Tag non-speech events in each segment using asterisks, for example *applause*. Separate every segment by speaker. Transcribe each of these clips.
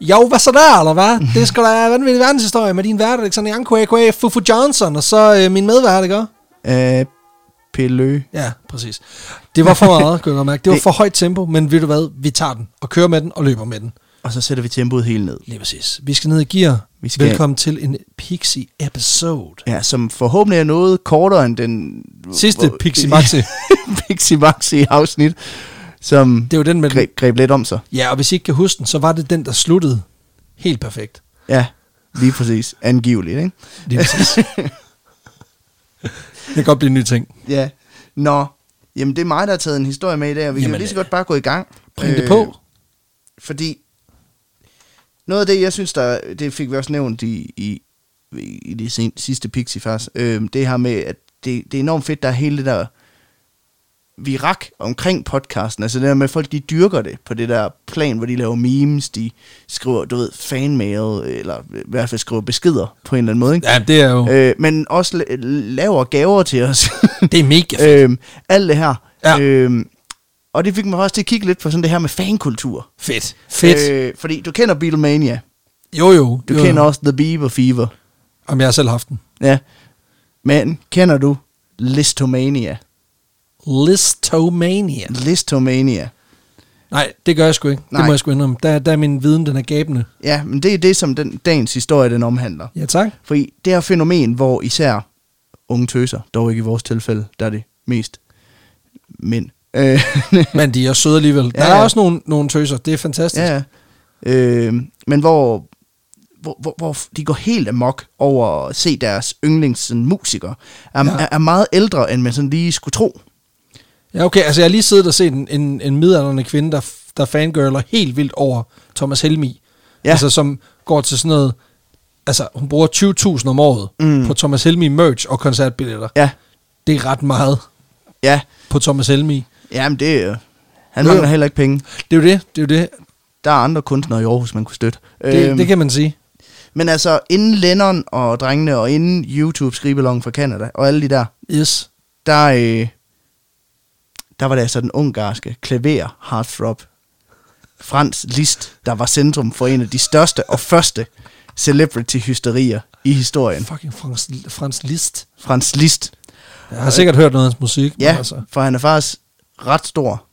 Speaker 1: Jo, hvad så der, eller hvad? Det skal da vanvittig verdenshistorie med din vært, Alexander Jankvækvæ, Fufu Johnson, og så øh, min medvært, ikke?
Speaker 2: Øh, Pelø.
Speaker 1: Ja, præcis. Det var for meget, kunne jeg godt mærke. Det var
Speaker 2: Det-
Speaker 1: for højt tempo, men ved du hvad? Vi tager den, og kører med den, og løber med den.
Speaker 2: Og så sætter vi tempoet helt ned.
Speaker 1: Lige præcis. Vi skal ned i gear.
Speaker 2: Vi skal-
Speaker 1: Velkommen til en Pixie-episode.
Speaker 2: Ja, som forhåbentlig er noget kortere end den...
Speaker 1: Sidste
Speaker 2: hvor-
Speaker 1: Pixie Maxi.
Speaker 2: *laughs* Pixie Maxi afsnit, som
Speaker 1: Det var den med den.
Speaker 2: greb, greb lidt om sig.
Speaker 1: Ja, og hvis I ikke kan huske den, så var det den, der sluttede helt perfekt.
Speaker 2: Ja, lige præcis. Angiveligt, ikke?
Speaker 1: Lige præcis.
Speaker 2: *laughs*
Speaker 1: det kan godt blive en ny ting.
Speaker 2: Ja. Nå, jamen det er mig, der har taget en historie med i dag, og vi Jamen, kan
Speaker 1: Jamen,
Speaker 2: jo lige så
Speaker 1: øh,
Speaker 2: godt bare gå i gang. Øh,
Speaker 1: Bring det på.
Speaker 2: Fordi noget af det, jeg synes, der, det fik vi også nævnt i, i, i det sen, sidste Pixie faktisk, øh, det her med, at det, det er enormt fedt, der er hele det der virak omkring podcasten. Altså det der med, at folk de dyrker det på det der plan, hvor de laver memes, de skriver, du ved, fanmail, eller i hvert fald skriver beskeder på en eller anden måde. Ikke?
Speaker 1: Ja, det er jo...
Speaker 2: Øh, men også la- laver gaver til os.
Speaker 1: Det er mega fedt.
Speaker 2: *laughs* øhm, alt det her.
Speaker 1: Ja.
Speaker 2: Øhm, og det fik mig også til at kigge lidt på sådan det her med fankultur.
Speaker 1: Fedt. Fedt. Øh,
Speaker 2: Øh, fordi du kender Beatlemania.
Speaker 1: jo, jo.
Speaker 2: Du
Speaker 1: jo,
Speaker 2: jo. kender
Speaker 1: jo.
Speaker 2: også The Bieber Fever.
Speaker 1: Om jeg har selv haft den.
Speaker 2: Ja. Men kender du Listomania?
Speaker 1: Listomania.
Speaker 2: Listomania.
Speaker 1: Nej, det gør jeg sgu ikke. Nej.
Speaker 2: Nej.
Speaker 1: Det må jeg sgu indrømme. Der, der er min viden, den er gabende.
Speaker 2: Ja, men det er det, som den, dagens historie den omhandler.
Speaker 1: Ja, tak.
Speaker 2: Fordi det her fænomen, hvor især unge tøser, dog ikke i vores tilfælde, der er det mest mænd. Øh, *laughs*
Speaker 1: Men de er søde alligevel. Ja,
Speaker 2: Ja,
Speaker 1: der er
Speaker 2: ja.
Speaker 1: også nogle, nogle tøser. Det er fantastisk. Ja,
Speaker 2: Ja, ja. Øh, men hvor, hvor, hvor, hvor de går helt amok over at se deres yndlingsmusikere. Er,
Speaker 1: Ja.
Speaker 2: ja. er, er meget ældre, end man sådan lige skulle tro.
Speaker 1: ja okay. Altså, jeg har lige siddet og set en, en, en midalderne kvinde, der, f- der fangirler helt vildt over Thomas Helmi.
Speaker 2: Ja.
Speaker 1: Ja. Altså, som går til sådan noget... Altså, hun bruger 20.000 om året
Speaker 2: Mm.
Speaker 1: mm. på Thomas Helmi merch og koncertbilletter.
Speaker 2: Ja,
Speaker 1: Det er ret meget
Speaker 2: ja.
Speaker 1: på Thomas Helmi.
Speaker 2: Jamen det er jo- Han
Speaker 1: Jo,
Speaker 2: mangler
Speaker 1: jo.
Speaker 2: heller ikke penge.
Speaker 1: Det er jo det. Det er jo det.
Speaker 2: Der er andre kunstnere i Aarhus, man kunne støtte.
Speaker 1: Det, øhm. det kan man sige.
Speaker 2: Men altså, inden Lennon og drengene, og inden YouTube skribelongen fra Canada, og alle de der,
Speaker 1: Yes.
Speaker 2: der, øh, der var det altså den ungarske klaver heartthrob Frans Liszt, der var centrum for en af de største og første celebrity-hysterier i historien.
Speaker 1: Fucking Frans, Frans Liszt.
Speaker 2: Frans Liszt,
Speaker 1: Jeg har sikkert hørt noget af hans musik. men altså,
Speaker 2: ja, for han er faktisk ret stor,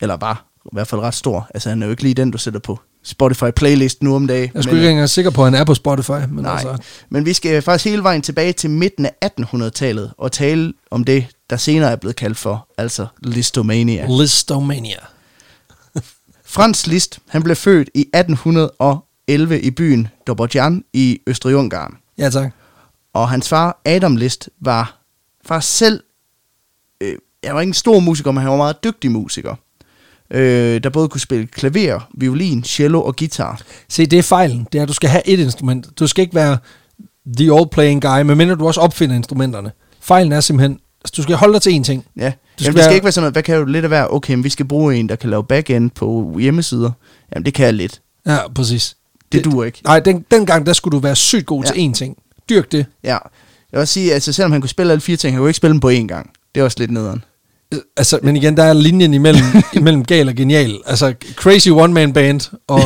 Speaker 2: eller var i hvert fald ret stor. Altså, han er jo ikke lige den, du sætter på Spotify-playlist nu om dagen.
Speaker 1: Jeg er sgu ikke engang sikker på, at han er på Spotify. Men
Speaker 2: øh, Nej,
Speaker 1: Altså,
Speaker 2: men vi skal faktisk hele vejen tilbage til midten af 1800-tallet og tale om det, der senere er blevet kaldt for, altså listomania.
Speaker 1: Uh. Listomania.
Speaker 2: Frans Liszt, han blev født i 1811 i byen Dobrojan i Østrig-Ungarn.
Speaker 1: Ja, tak.
Speaker 2: Og hans far, Adam Liszt, var faktisk selv... Øh, han var ikke en stor musiker, men han var en meget dygtig musiker. Øh, der både kunne spille klaver, violin, cello og guitar.
Speaker 1: Se, det er fejlen. Det er, at du skal have et instrument. Du skal ikke være the all-playing guy, medmindre du også opfinder instrumenterne. Fejlen er simpelthen, at du skal holde dig til én ting. Du
Speaker 2: Ja. Du Jamen,
Speaker 1: skal
Speaker 2: det skal
Speaker 1: være-
Speaker 2: ikke være sådan noget, hvad kan du lidt af være? Okay, men vi skal bruge en, der kan lave backend på hjemmesider. Jamen, det kan jeg lidt.
Speaker 1: Ja, præcis.
Speaker 2: Det, duer ikke.
Speaker 1: Nej, den, dengang, der skulle du være sygt god
Speaker 2: Ja.
Speaker 1: ja. til én ting. Dyrk det.
Speaker 2: Ja. Jeg vil også sige, at altså, selvom han kunne spille alle fire ting, han kunne ikke spille dem på én gang. Det er også lidt nederen.
Speaker 1: Øh, Altså, men igen, der er linjen imellem, imellem gal og genial. Altså, crazy one-man band og,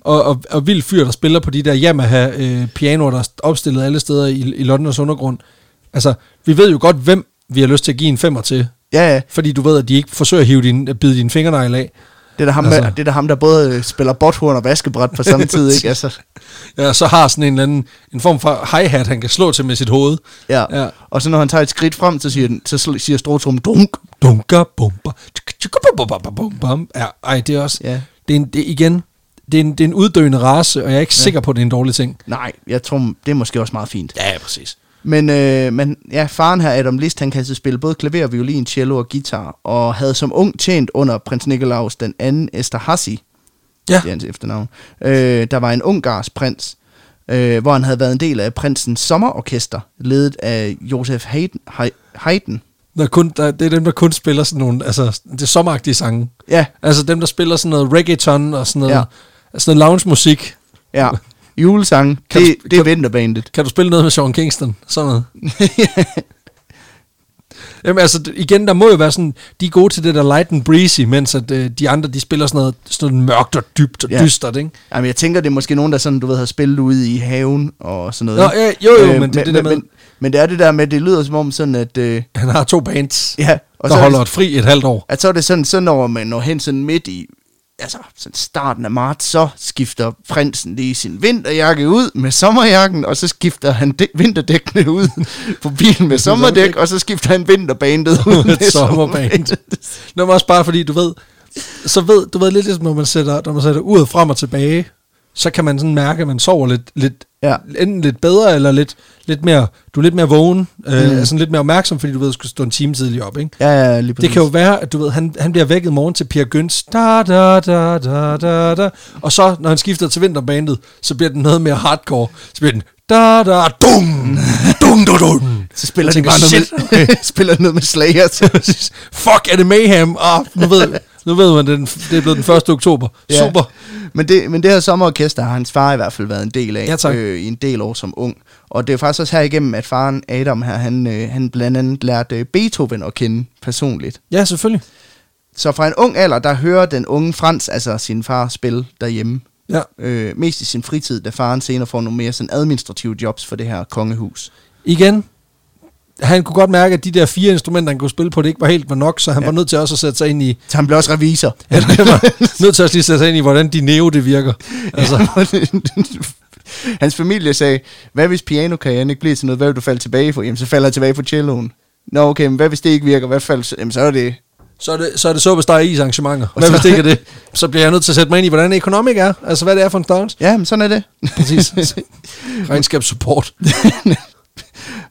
Speaker 1: og, og, og vild fyr, der spiller på de der Yamaha-pianoer, der er opstillet alle steder i, i Londons undergrund. Altså, vi ved jo godt, hvem vi har lyst til at give en femmer til.
Speaker 2: Ja, ja.
Speaker 1: Fordi du ved, at de ikke forsøger at, hive din, at bide dine fingernegle af.
Speaker 2: Det er da ham,
Speaker 1: Altså.
Speaker 2: der, det er da ham der både øh, spiller botthorn og vaskebræt på
Speaker 1: *laughs*
Speaker 2: samme tid, ikke? Altså,
Speaker 1: Ja, så har sådan en eller anden en form for hi-hat, han kan slå til med sit hoved.
Speaker 2: ja. ja.
Speaker 1: Ja.
Speaker 2: Og så når han tager et skridt frem, så siger, den, så sl- siger Strotrum dunk.
Speaker 1: Dunker, bumper, tsk, tsk, bum, bum, bum, bum, bum. Ja, ej, det er også...
Speaker 2: Ja.
Speaker 1: Det er en, det, igen, det er, en, det er en uddøende race, og jeg er ikke ja. sikker på, at det er en dårlig ting.
Speaker 2: Nej, jeg tror, det er måske også meget fint.
Speaker 1: Ja, præcis.
Speaker 2: Men, øh, men ja, faren her, Adam List, han kan altså spille både klaver, violin, cello og guitar, og havde som ung tjent under prins Nikolaus den anden Esterhazy,
Speaker 1: Ja,
Speaker 2: det er hans efternavn, øh, der var en ungarsk prins, øh, hvor han havde været en del af prinsens sommerorkester, ledet af Josef Haydn. Hay- Haydn.
Speaker 1: der er kun, der, det er dem, der kun spiller sådan nogle... Altså, det er sommeragtige sange.
Speaker 2: Ja,
Speaker 1: Altså dem, der spiller sådan noget reggaeton og sådan noget,
Speaker 2: Ja.
Speaker 1: ja. sådan noget lounge-musik.
Speaker 2: ja. Julesangen,
Speaker 1: Kan
Speaker 2: det,
Speaker 1: du sp-
Speaker 2: det er vinterbandet.
Speaker 1: *laughs* Kan du spille noget med Sean Kingston? Sådan noget. Jamen altså, d- igen, der må jo være sådan, de er gode til det der light and breezy, mens at, øh, de andre, de spiller sådan noget, sådan noget mørkt og dybt og
Speaker 2: Ja.
Speaker 1: ja. dystert, ikke?
Speaker 2: Jamen, jeg tænker, det er måske nogen, der sådan, du ved, har spillet ude i haven og sådan noget.
Speaker 1: Nå,
Speaker 2: ikke? Øh,
Speaker 1: ja, jo, jo, men det er det der med-
Speaker 2: Men, men det er det der med, det lyder som om sådan, at... Øh,
Speaker 1: Han har to bands,
Speaker 2: ja, og
Speaker 1: der
Speaker 2: så, er
Speaker 1: holder
Speaker 2: det,
Speaker 1: et fri et halvt
Speaker 2: *laughs*
Speaker 1: år.
Speaker 2: at så er det sådan, så når man når hen sådan midt i... Altså, sådan starten af marts, så skifter prinsen lige sin vinterjakke ud med sommerjakken, og så skifter han dæk- vinterdækkene ud på
Speaker 1: *laughs*
Speaker 2: bilen med sommerdæk, og så skifter han vinterbandet ud med
Speaker 1: et sommerband. Nå, men også bare fordi, du ved, så ved, du ved lidt ligesom, når man sætter, når man sætter uret frem og tilbage, så kan man sådan mærke, at man sover lidt, lidt
Speaker 2: Ja.
Speaker 1: enten lidt bedre, eller lidt, lidt mere, du er lidt mere vågen, øh, mm. sådan lidt mere opmærksom, fordi du ved, at du skal stå en time tidligere op, ikke?
Speaker 2: Ja, ja, lige præcis.
Speaker 1: Det kan jo være, at du ved, han, han bliver vækket morgen til Pierre Gøns, da, da, da, da, da, da, og så, når han skifter til vinterbandet, så bliver den noget mere hardcore. Så bliver den, da, da, dum, dum, dum, dum.
Speaker 2: så spiller
Speaker 1: Jeg tænker,
Speaker 2: de bare noget
Speaker 1: shit,
Speaker 2: med, *laughs* spiller noget med Slayer. til.
Speaker 1: Præcis. Fuck, er det mayhem? Ah, nu, ved, nu ved man, det er, den, det er blevet den 1. oktober.
Speaker 2: Ja.
Speaker 1: Super.
Speaker 2: Men det, men det her sommerorkester har hans far i hvert fald været en del af
Speaker 1: Ja, tak.
Speaker 2: øh, i en del år som ung. Og det er faktisk også her igennem, at faren Adam her, han, øh, han blandt andet lærte øh, Beethoven at kende personligt.
Speaker 1: Ja, selvfølgelig.
Speaker 2: Så fra en ung alder, der hører den unge Frans, altså sin far, spille derhjemme.
Speaker 1: Ja.
Speaker 2: Øh, mest i sin fritid, da faren senere får nogle mere sådan administrative jobs for det her kongehus.
Speaker 1: Igen, han kunne godt mærke, at de der fire instrumenter, han kunne spille på, det ikke var helt var nok, så han
Speaker 2: Ja.
Speaker 1: ja. var nødt til også at sætte sig ind i,
Speaker 2: Så han blev også revisor.
Speaker 1: *laughs* han var nødt til også lige at sætte sig ind i, hvordan de neo det virker. Altså,
Speaker 2: *laughs* Hans familie sagde, hvad hvis pianokarrieren ikke bliver til noget, hvad vil du falde tilbage på? Jamen, så falder jeg tilbage på celloen. Nå, okay, men hvad hvis det ikke virker? Hvad falder, så- jamen, så er det...
Speaker 1: så er det, så er det suppesteg is arrangementer.
Speaker 2: Og
Speaker 1: Hvad
Speaker 2: så-
Speaker 1: hvis det ikke er det? Så bliver jeg nødt til at sætte mig ind i, hvordan economic er. Altså, hvad det er for en størrelse.
Speaker 2: Ja, men sådan er det.
Speaker 1: Præcis. Mm. Regnskabssupport.
Speaker 2: *laughs*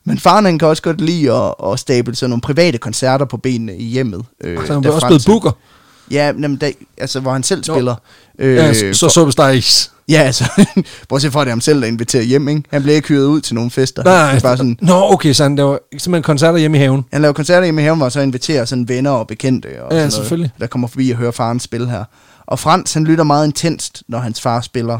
Speaker 2: Men faren, han kan også godt lide at, at stable sådan nogle private koncerter på benene i hjemmet. Øh,
Speaker 1: Så han
Speaker 2: da
Speaker 1: blev også
Speaker 2: Frans-
Speaker 1: blevet booker.
Speaker 2: Ja, jamen, da, altså, hvor han selv
Speaker 1: Nå.
Speaker 2: spiller. Øh,
Speaker 1: Ja, så- så suppesteg is.
Speaker 2: ja, altså, *laughs* bortset fra, at det er ham selv, der inviterer hjem, ikke? Han bliver ikke hyret ud til nogle fester.
Speaker 1: Nej,
Speaker 2: Det er Altså, bare sådan,
Speaker 1: Nå, okay, så han laver simpelthen koncerter hjemme i haven.
Speaker 2: Han laver koncerter hjemme i haven, hvor han så inviterer sådan venner og bekendte og
Speaker 1: Ja,
Speaker 2: sådan
Speaker 1: selvfølgelig.
Speaker 2: Noget, der kommer forbi og hører faren spille her. Og Frans, han lytter meget intenst, når hans far spiller.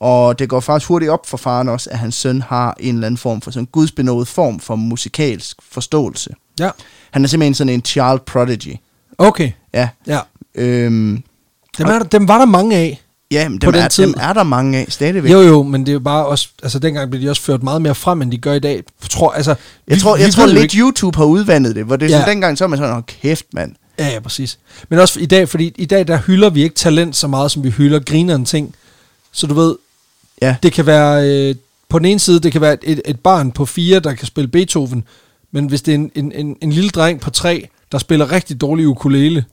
Speaker 2: Og det går faktisk hurtigt op for faren også, at hans søn har en eller anden form for sådan gudsbenået form for musikalsk forståelse.
Speaker 1: Ja.
Speaker 2: Han er simpelthen sådan en child prodigy.
Speaker 1: Okay,
Speaker 2: Ja.
Speaker 1: ja.
Speaker 2: Øhm,
Speaker 1: Dem, er, der- dem var der mange af.
Speaker 2: ja, men
Speaker 1: På
Speaker 2: dem
Speaker 1: den
Speaker 2: er,
Speaker 1: tid.
Speaker 2: dem er der mange af stadigvæk.
Speaker 1: Jo jo, men det er jo bare også, altså dengang blev de også ført meget mere frem, end de gør i dag. Jeg tror, altså,
Speaker 2: jeg
Speaker 1: vi-
Speaker 2: tror, jeg
Speaker 1: vi
Speaker 2: tror
Speaker 1: ved jo
Speaker 2: lidt
Speaker 1: ikke-
Speaker 2: YouTube har udvandet det, hvor det er sådan,
Speaker 1: Ja.
Speaker 2: dengang så er man sådan, åh kæft mand.
Speaker 1: Ja, ja, præcis. Men også i dag, fordi i dag, der hylder vi ikke talent så meget, som vi hylder griner en ting. Så du ved,
Speaker 2: Ja.
Speaker 1: det kan være, øh, på den ene side, det kan være et, et barn på fire, der kan spille Beethoven, men hvis det er en, en, en, en lille dreng på tre, der spiller rigtig dårlig ukulele,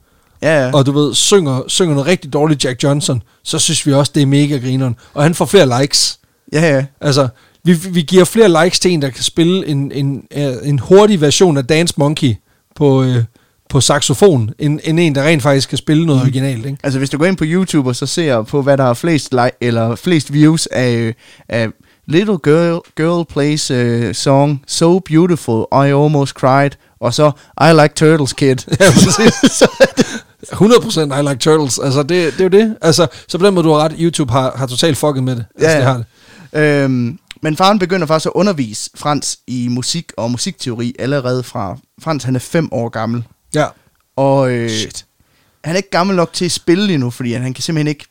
Speaker 2: Ja, ja.
Speaker 1: og du ved, synger, synger noget rigtig dårligt Jack Johnson, så synes vi også, det er mega grineren. Og han får flere likes.
Speaker 2: ja, ja.
Speaker 1: Altså, vi, vi giver flere likes til en, der kan spille en, en, øh, en hurtig version af Dance Monkey på, øh, på saxofon, end, end en, der rent faktisk kan spille noget originalt, ikke? *laughs*
Speaker 2: Altså hvis du går ind på YouTube og så ser på, hvad der har flest, like, eller flest views af, øh, af Little Girl, girl Plays uh, Song So Beautiful, I Almost Cried, og så I Like Turtles
Speaker 1: *laughs*
Speaker 2: Kid.
Speaker 1: Ja, præcis. 100% I like turtles. Altså, det, det er jo det. Altså, så på den måde, du har ret. YouTube har, har totalt fucket med det. Altså,
Speaker 2: Ja,
Speaker 1: Det
Speaker 2: ja.
Speaker 1: har det.
Speaker 2: øhm, men faren begynder faktisk at undervise Frans i musik og musikteori allerede fra... Frans han er fem år gammel,
Speaker 1: Ja.
Speaker 2: og øh,
Speaker 1: Shit.
Speaker 2: han er ikke gammel nok til at spille endnu, fordi han, han kan simpelthen ikke...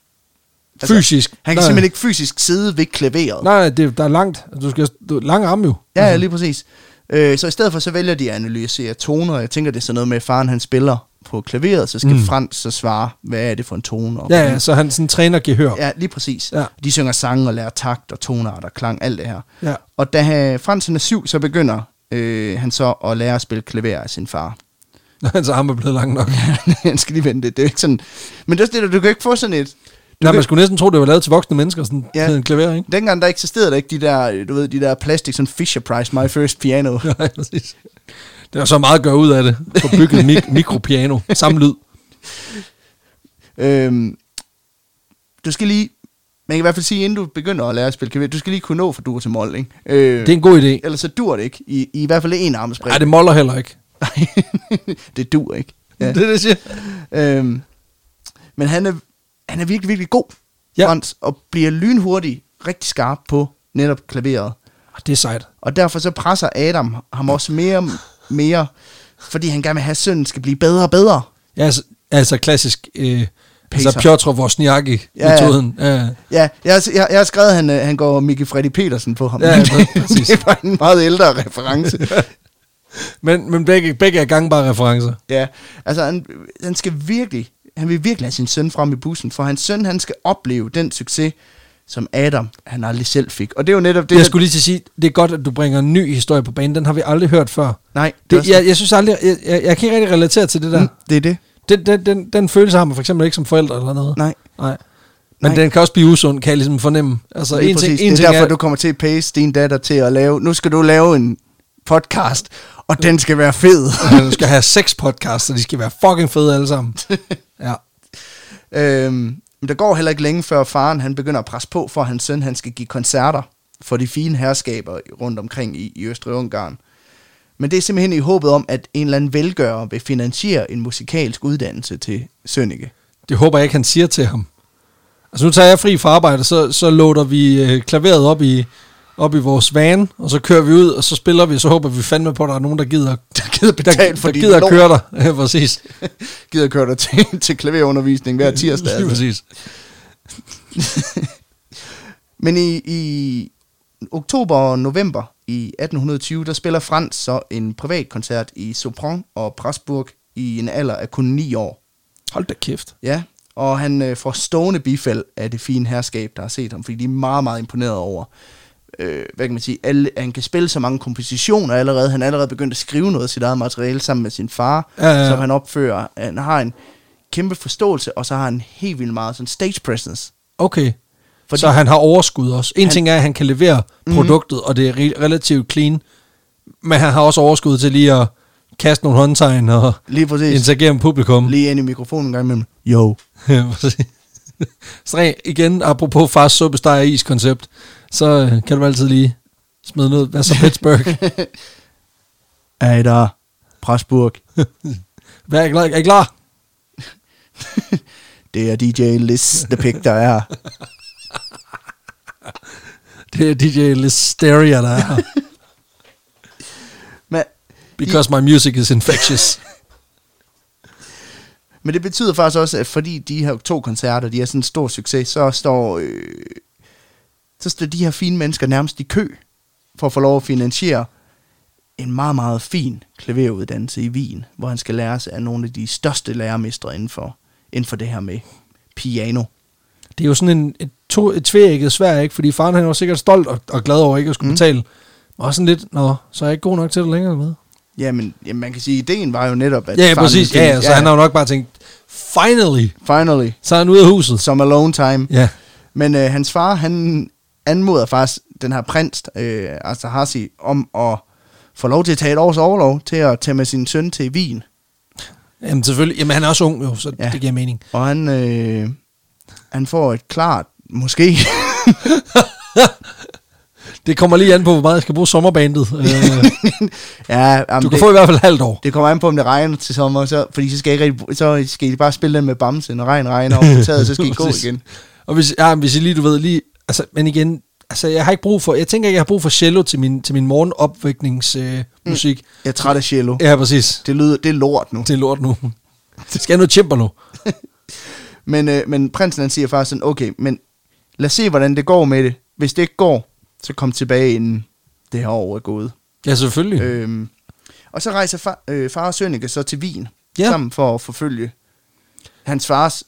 Speaker 1: Fysisk.
Speaker 2: Altså, Han kan
Speaker 1: Nej.
Speaker 2: simpelthen ikke fysisk sidde ved klaveret.
Speaker 1: Nej, nej, det, der er langt. Du skal du, lang arm jo.
Speaker 2: Ja, ja, lige præcis. Øh, så i stedet for, så vælger de at analysere toner. Jeg tænker, det er sådan noget med, at faren han spiller på klaveret, så skal mm.
Speaker 1: Mm.
Speaker 2: Frans så svare, hvad er det for en tone? Og
Speaker 1: Ja, ja, så han sådan træner gehør.
Speaker 2: ja, lige præcis. Ja.
Speaker 1: Ja.
Speaker 2: De synger sange og lærer takt og tonart og klang, alt det her.
Speaker 1: Ja.
Speaker 2: Og da øh, Frans han er syv, så begynder øh, han så at lære at spille klaver af sin far. *laughs*
Speaker 1: Når hans arme er blevet lang nok.
Speaker 2: han skal lige vente det. Det er jo ikke sådan... Men det er også det, der, du kan ikke få sådan et...
Speaker 1: Nej, man skulle næsten tro, det var lavet til voksne mennesker, sådan
Speaker 2: Ja.
Speaker 1: ja. en klaver, ikke? *laughs*
Speaker 2: Dengang der eksisterede der ikke de der, øh, du ved, de der plastik, sådan Fisher Price, My First Piano.
Speaker 1: Nej, præcis. Det var så meget at gøre ud af det. Få bygget *laughs* mik- mikropiano. Samme lyd.
Speaker 2: Øhm, du skal lige, man kan i hvert fald sige, inden du begynder at lære at spille klaver, du skal lige kunne nå fra dur til mol, ikke? Øh,
Speaker 1: Det er en god idé.
Speaker 2: Ellers så dur det ikke, i, i hvert fald en armspring.
Speaker 1: Nej, det moller heller ikke.
Speaker 2: *laughs* Nej, det dur ikke. Ja.
Speaker 1: Det er det, jeg siger.
Speaker 2: Øhm, men han er, han er virkelig, virkelig god,
Speaker 1: Ja.
Speaker 2: Frans, og bliver lynhurtig, rigtig skarp på netop klaveret.
Speaker 1: Ah, Det er sejt.
Speaker 2: Og derfor så presser Adam ham også mere og mere fordi han gerne vil have, at sønnen skal blive bedre og bedre.
Speaker 1: Ja, altså, altså klassisk... Øh, altså
Speaker 2: Pacer.
Speaker 1: Piotr Wozniacki-metoden. Ja, ja.
Speaker 2: Ja, jeg, har- jeg, jeg har skrevet, at han, øh, han går Mickey Freddy Petersen på ham.
Speaker 1: Ja, ja,
Speaker 2: *laughs*
Speaker 1: præcis.
Speaker 2: det var en meget ældre reference.
Speaker 1: *laughs* Men, men begge, begge er gangbare referencer.
Speaker 2: Ja, altså han, han skal virkelig, han vil virkelig have sin søn frem i bussen, for hans søn, han skal opleve den succes, som Adam, han aldrig selv fik. Og det er jo netop det,
Speaker 1: Det, jeg
Speaker 2: der-
Speaker 1: skulle lige til at sige, det er godt, at du bringer en ny historie på banen. Den har vi aldrig hørt før.
Speaker 2: Nej, det,
Speaker 1: Det, jeg, jeg synes aldrig, jeg, jeg, jeg kan ikke rigtig relatere til det der.
Speaker 2: mm,
Speaker 1: Mm.
Speaker 2: det er det.
Speaker 1: Den, den, den, den følelse har man for eksempel ikke som forældre eller noget.
Speaker 2: Nej.
Speaker 1: Nej. Men
Speaker 2: Nej.
Speaker 1: den kan også blive usund, kan jeg ligesom fornemme. Altså,
Speaker 2: Lige
Speaker 1: en ting,
Speaker 2: præcis.
Speaker 1: en
Speaker 2: det er
Speaker 1: ting
Speaker 2: derfor,
Speaker 1: er,
Speaker 2: du kommer til at pace din datter til at lave, nu skal du lave en podcast, og den skal være fed.
Speaker 1: du skal have seks podcasts, og de skal være fucking fede alle
Speaker 2: *laughs*
Speaker 1: sammen. ja.
Speaker 2: øhm, men der går heller ikke længe før faren, han begynder at presse på, for at hans søn, han skal give koncerter for de fine herskaber rundt omkring i, i Østrig-Ungarn. Men det er simpelthen i håbet om, at en eller anden velgører vil finansiere en musikalsk uddannelse til Sønneke. *laughs*
Speaker 1: Det håber jeg ikke, han siger til ham. Altså, nu tager jeg fri fra arbejde, så, så låter vi øh, klaveret op i, op i vores van, og så kører vi ud, og så spiller vi, og så håber vi fandme på, at der er nogen, der gider, der
Speaker 2: gider betale for
Speaker 1: der, *laughs*
Speaker 2: din
Speaker 1: gider at
Speaker 2: lort.
Speaker 1: køre dig. Ja, præcis.
Speaker 2: Gider køre dig til, til klaverundervisning hver tirsdag.
Speaker 1: Lige
Speaker 2: Altså.
Speaker 1: præcis.
Speaker 2: Men i, i oktober og november i 1820, der spiller Frans så en privatkoncert i Sopron og Pressburg i en alder af kun 9 år.
Speaker 1: Hold da kæft.
Speaker 2: Ja, og han øh, får stående bifald af det fine herskab, der har set ham, fordi de er meget, meget imponeret over, øh, hvad kan man sige, alle, han kan spille så mange kompositioner allerede. Han er allerede begyndt at skrive noget af sit eget materiale sammen med sin far,
Speaker 1: Ja, ja, ja.
Speaker 2: som han opfører. Han har en kæmpe forståelse, og så har han helt vildt meget sådan stage presence.
Speaker 1: Okay.
Speaker 2: Fordi-
Speaker 1: Fordi så han har overskud også. En
Speaker 2: Han- Mhm.
Speaker 1: han, ting er, at han kan levere produktet, og det er re- relativt clean, men han har også overskud til lige at kaste nogle håndtegn og
Speaker 2: Lige præcis.
Speaker 1: interagere med publikum.
Speaker 2: Lige ind i mikrofonen en gang imellem. Jo.
Speaker 1: Ja, *laughs* præcis. Så rent- igen, apropos fars suppesteg og is-koncept, så øh, kan du altid lige smide noget. Hvad så Pittsburgh?
Speaker 2: *laughs* Er I der? Pressburg.
Speaker 1: Hvad er I klar? Er I klar?
Speaker 2: Det er DJ Liz, the pick, der er.
Speaker 1: Det er DJ Listeria, der er
Speaker 2: *laughs*
Speaker 1: her.
Speaker 2: Men,
Speaker 1: Because my music is infectious.
Speaker 2: men det betyder faktisk også, at fordi de her to koncerter, de er sådan en stor succes, så står, øh, så står de her fine mennesker nærmest i kø for at få lov at finansiere en meget, meget fin klaveruddannelse i Wien, hvor han skal lære sig af nogle af de største lærermestre inden for, inden for det her med piano.
Speaker 1: Det er jo sådan en, et, to, et tvægget svær, ikke? Fordi faren han var sikkert stolt og, og glad over ikke at skulle
Speaker 2: Mm.
Speaker 1: mm. betale. Men også sådan lidt, nå, så er jeg ikke god nok til det længere med.
Speaker 2: Jamen, jamen, man kan sige, at ideen var jo netop, at
Speaker 1: Ja, ja,
Speaker 2: faren
Speaker 1: præcis.
Speaker 2: ville
Speaker 1: Ja, ja,
Speaker 2: finde-
Speaker 1: så han har jo nok bare tænkt, finally,
Speaker 2: Finally,
Speaker 1: så er han ude af huset.
Speaker 2: som alone time.
Speaker 1: Ja,
Speaker 2: Men øh, hans far, han anmoder faktisk den her prins, øh, Asterhazy, om at få lov til at tage et års overlov til at tage med sin søn til Wien.
Speaker 1: Jamen, selvfølgelig. Jamen, han er også ung jo, så
Speaker 2: Ja.
Speaker 1: ja. det giver mening.
Speaker 2: Og han, øh, han får et klart, måske, *laughs*
Speaker 1: Det kommer lige an på, hvor meget jeg skal bruge sommerbandet. Øh,
Speaker 2: ja, jamen,
Speaker 1: du kan
Speaker 2: det,
Speaker 1: få i hvert fald et halvt år.
Speaker 2: det kommer an på, om det regner til sommer, så, fordi så skal, I ikke rigtig, så skal I bare spille den med bamse, når regn regner over på taget, så skal I gå
Speaker 1: Præcis.
Speaker 2: igen.
Speaker 1: Og hvis, ja, men hvis I lige, du ved, lige... Altså, men igen, altså, jeg har ikke brug for... Jeg tænker ikke, jeg har brug for cello til min, til min morgenopvækningsmusik. Øh, musik.
Speaker 2: Jeg er træt af cello.
Speaker 1: Ja, præcis.
Speaker 2: Det lyder, det er lort nu.
Speaker 1: Det er lort nu. Skal jeg noget timpano?
Speaker 2: Men, øh, men prinsen han siger faktisk sådan, okay, men lad os se, hvordan det går med det. Hvis det ikke går, så kom tilbage, inden det her år er gået.
Speaker 1: Ja,
Speaker 2: *laughs*
Speaker 1: selvfølgelig. Øh.
Speaker 2: Øhm, og så rejser far, øh, far og Sønneke så til Wien, ja.
Speaker 1: Ja.
Speaker 2: sammen for at forfølge hans fars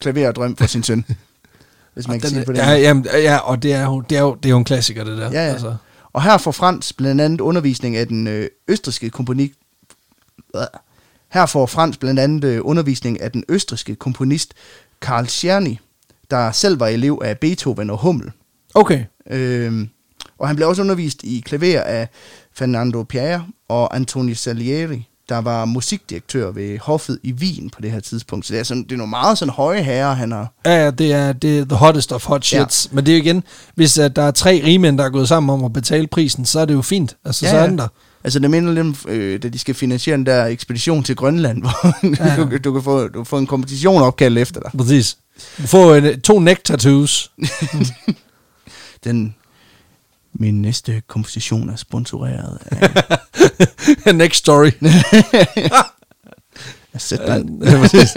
Speaker 2: klaverdrøm for sin *laughs* søn. hvis man kan sige det på Ah, den
Speaker 1: ja,
Speaker 2: måde.
Speaker 1: jamen, ja, og det er, jo, det, er jo, det er jo en klassiker, det der.
Speaker 2: Ja, ja. Altså. Og her får Frans blandt andet undervisning af den øh, østriske komponist. Her får Frans blandt andet øh, undervisning af den østriske komponist Karl Czerny, der selv var elev af Beethoven og Hummel.
Speaker 1: Okay.
Speaker 2: Øhm, og han blev også undervist i klaver af Fernando Pierre og Antonio Salieri, der var musikdirektør ved hoffet i Wien på det her tidspunkt. Så det er, sådan, det er nogle meget sådan høje herrer, han har.
Speaker 1: Ja, ja, det er, det er the hottest of hot
Speaker 2: Ja.
Speaker 1: shits. Ja. Men det er jo igen, hvis at der er tre rigmænd, der er gået sammen om at betale prisen, så er det jo fint. Altså, ja, så er den der.
Speaker 2: Altså, det minder lidt om, øh, da de skal finansiere den der ekspedition til Grønland, *laughs* hvor ja.
Speaker 1: Ja.
Speaker 2: du, du, kan få, du kan få en kompetition opkaldt efter dig.
Speaker 1: Præcis. øh, Du får en, to neck tattoos.
Speaker 2: Den Min næste komposition er sponsoreret af
Speaker 1: *laughs* Next story. *laughs*
Speaker 2: Zetland.
Speaker 1: Ja, præcis. *laughs*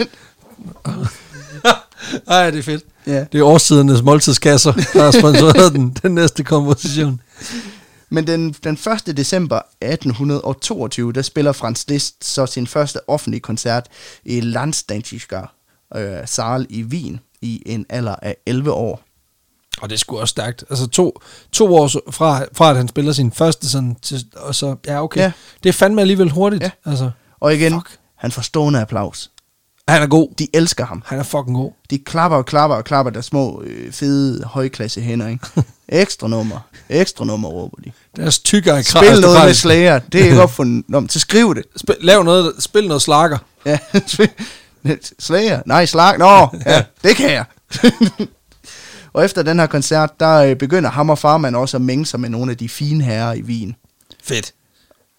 Speaker 1: Ej, det er fedt.
Speaker 2: Ja.
Speaker 1: Det er årsidernes måltidskasser, der har sponsoreret den, den næste komposition.
Speaker 2: Men den, den 1. december 1822, der spiller Franz Liszt så sin første offentlige koncert i Landsdansker øh, Saal i Wien i en alder af 11 år.
Speaker 1: Og det er sgu også stærkt. Altså to, to år så- fra, fra, at han spiller sin første, sådan, til, og så, ja okay.
Speaker 2: Ja.
Speaker 1: Ja. Det er fandme alligevel hurtigt.
Speaker 2: Ja.
Speaker 1: Ja. Altså,
Speaker 2: Og igen, Fuck.
Speaker 1: Fuck.
Speaker 2: han får stående applaus.
Speaker 1: han er god.
Speaker 2: De elsker ham.
Speaker 1: Han er fucking god.
Speaker 2: De klapper og klapper og klapper deres små, øh, fede, højklasse hænder, ikke?
Speaker 1: *laughs*
Speaker 2: Ekstra nummer. Ekstra nummer, råber de.
Speaker 1: Deres tykkere i kras.
Speaker 2: Spil noget med
Speaker 1: Altså, faktisk-
Speaker 2: slager. Det er ikke opfundet. Nå, men så skriv det.
Speaker 1: Spil, lav noget, spil noget slakker.
Speaker 2: Ja, *laughs* slager. Nej, slag. Nå, ja, det kan jeg. *laughs* og efter den her koncert, der øh, begynder ham og farmand også at mænge sig med nogle af de fine herrer i Wien.
Speaker 1: Fedt.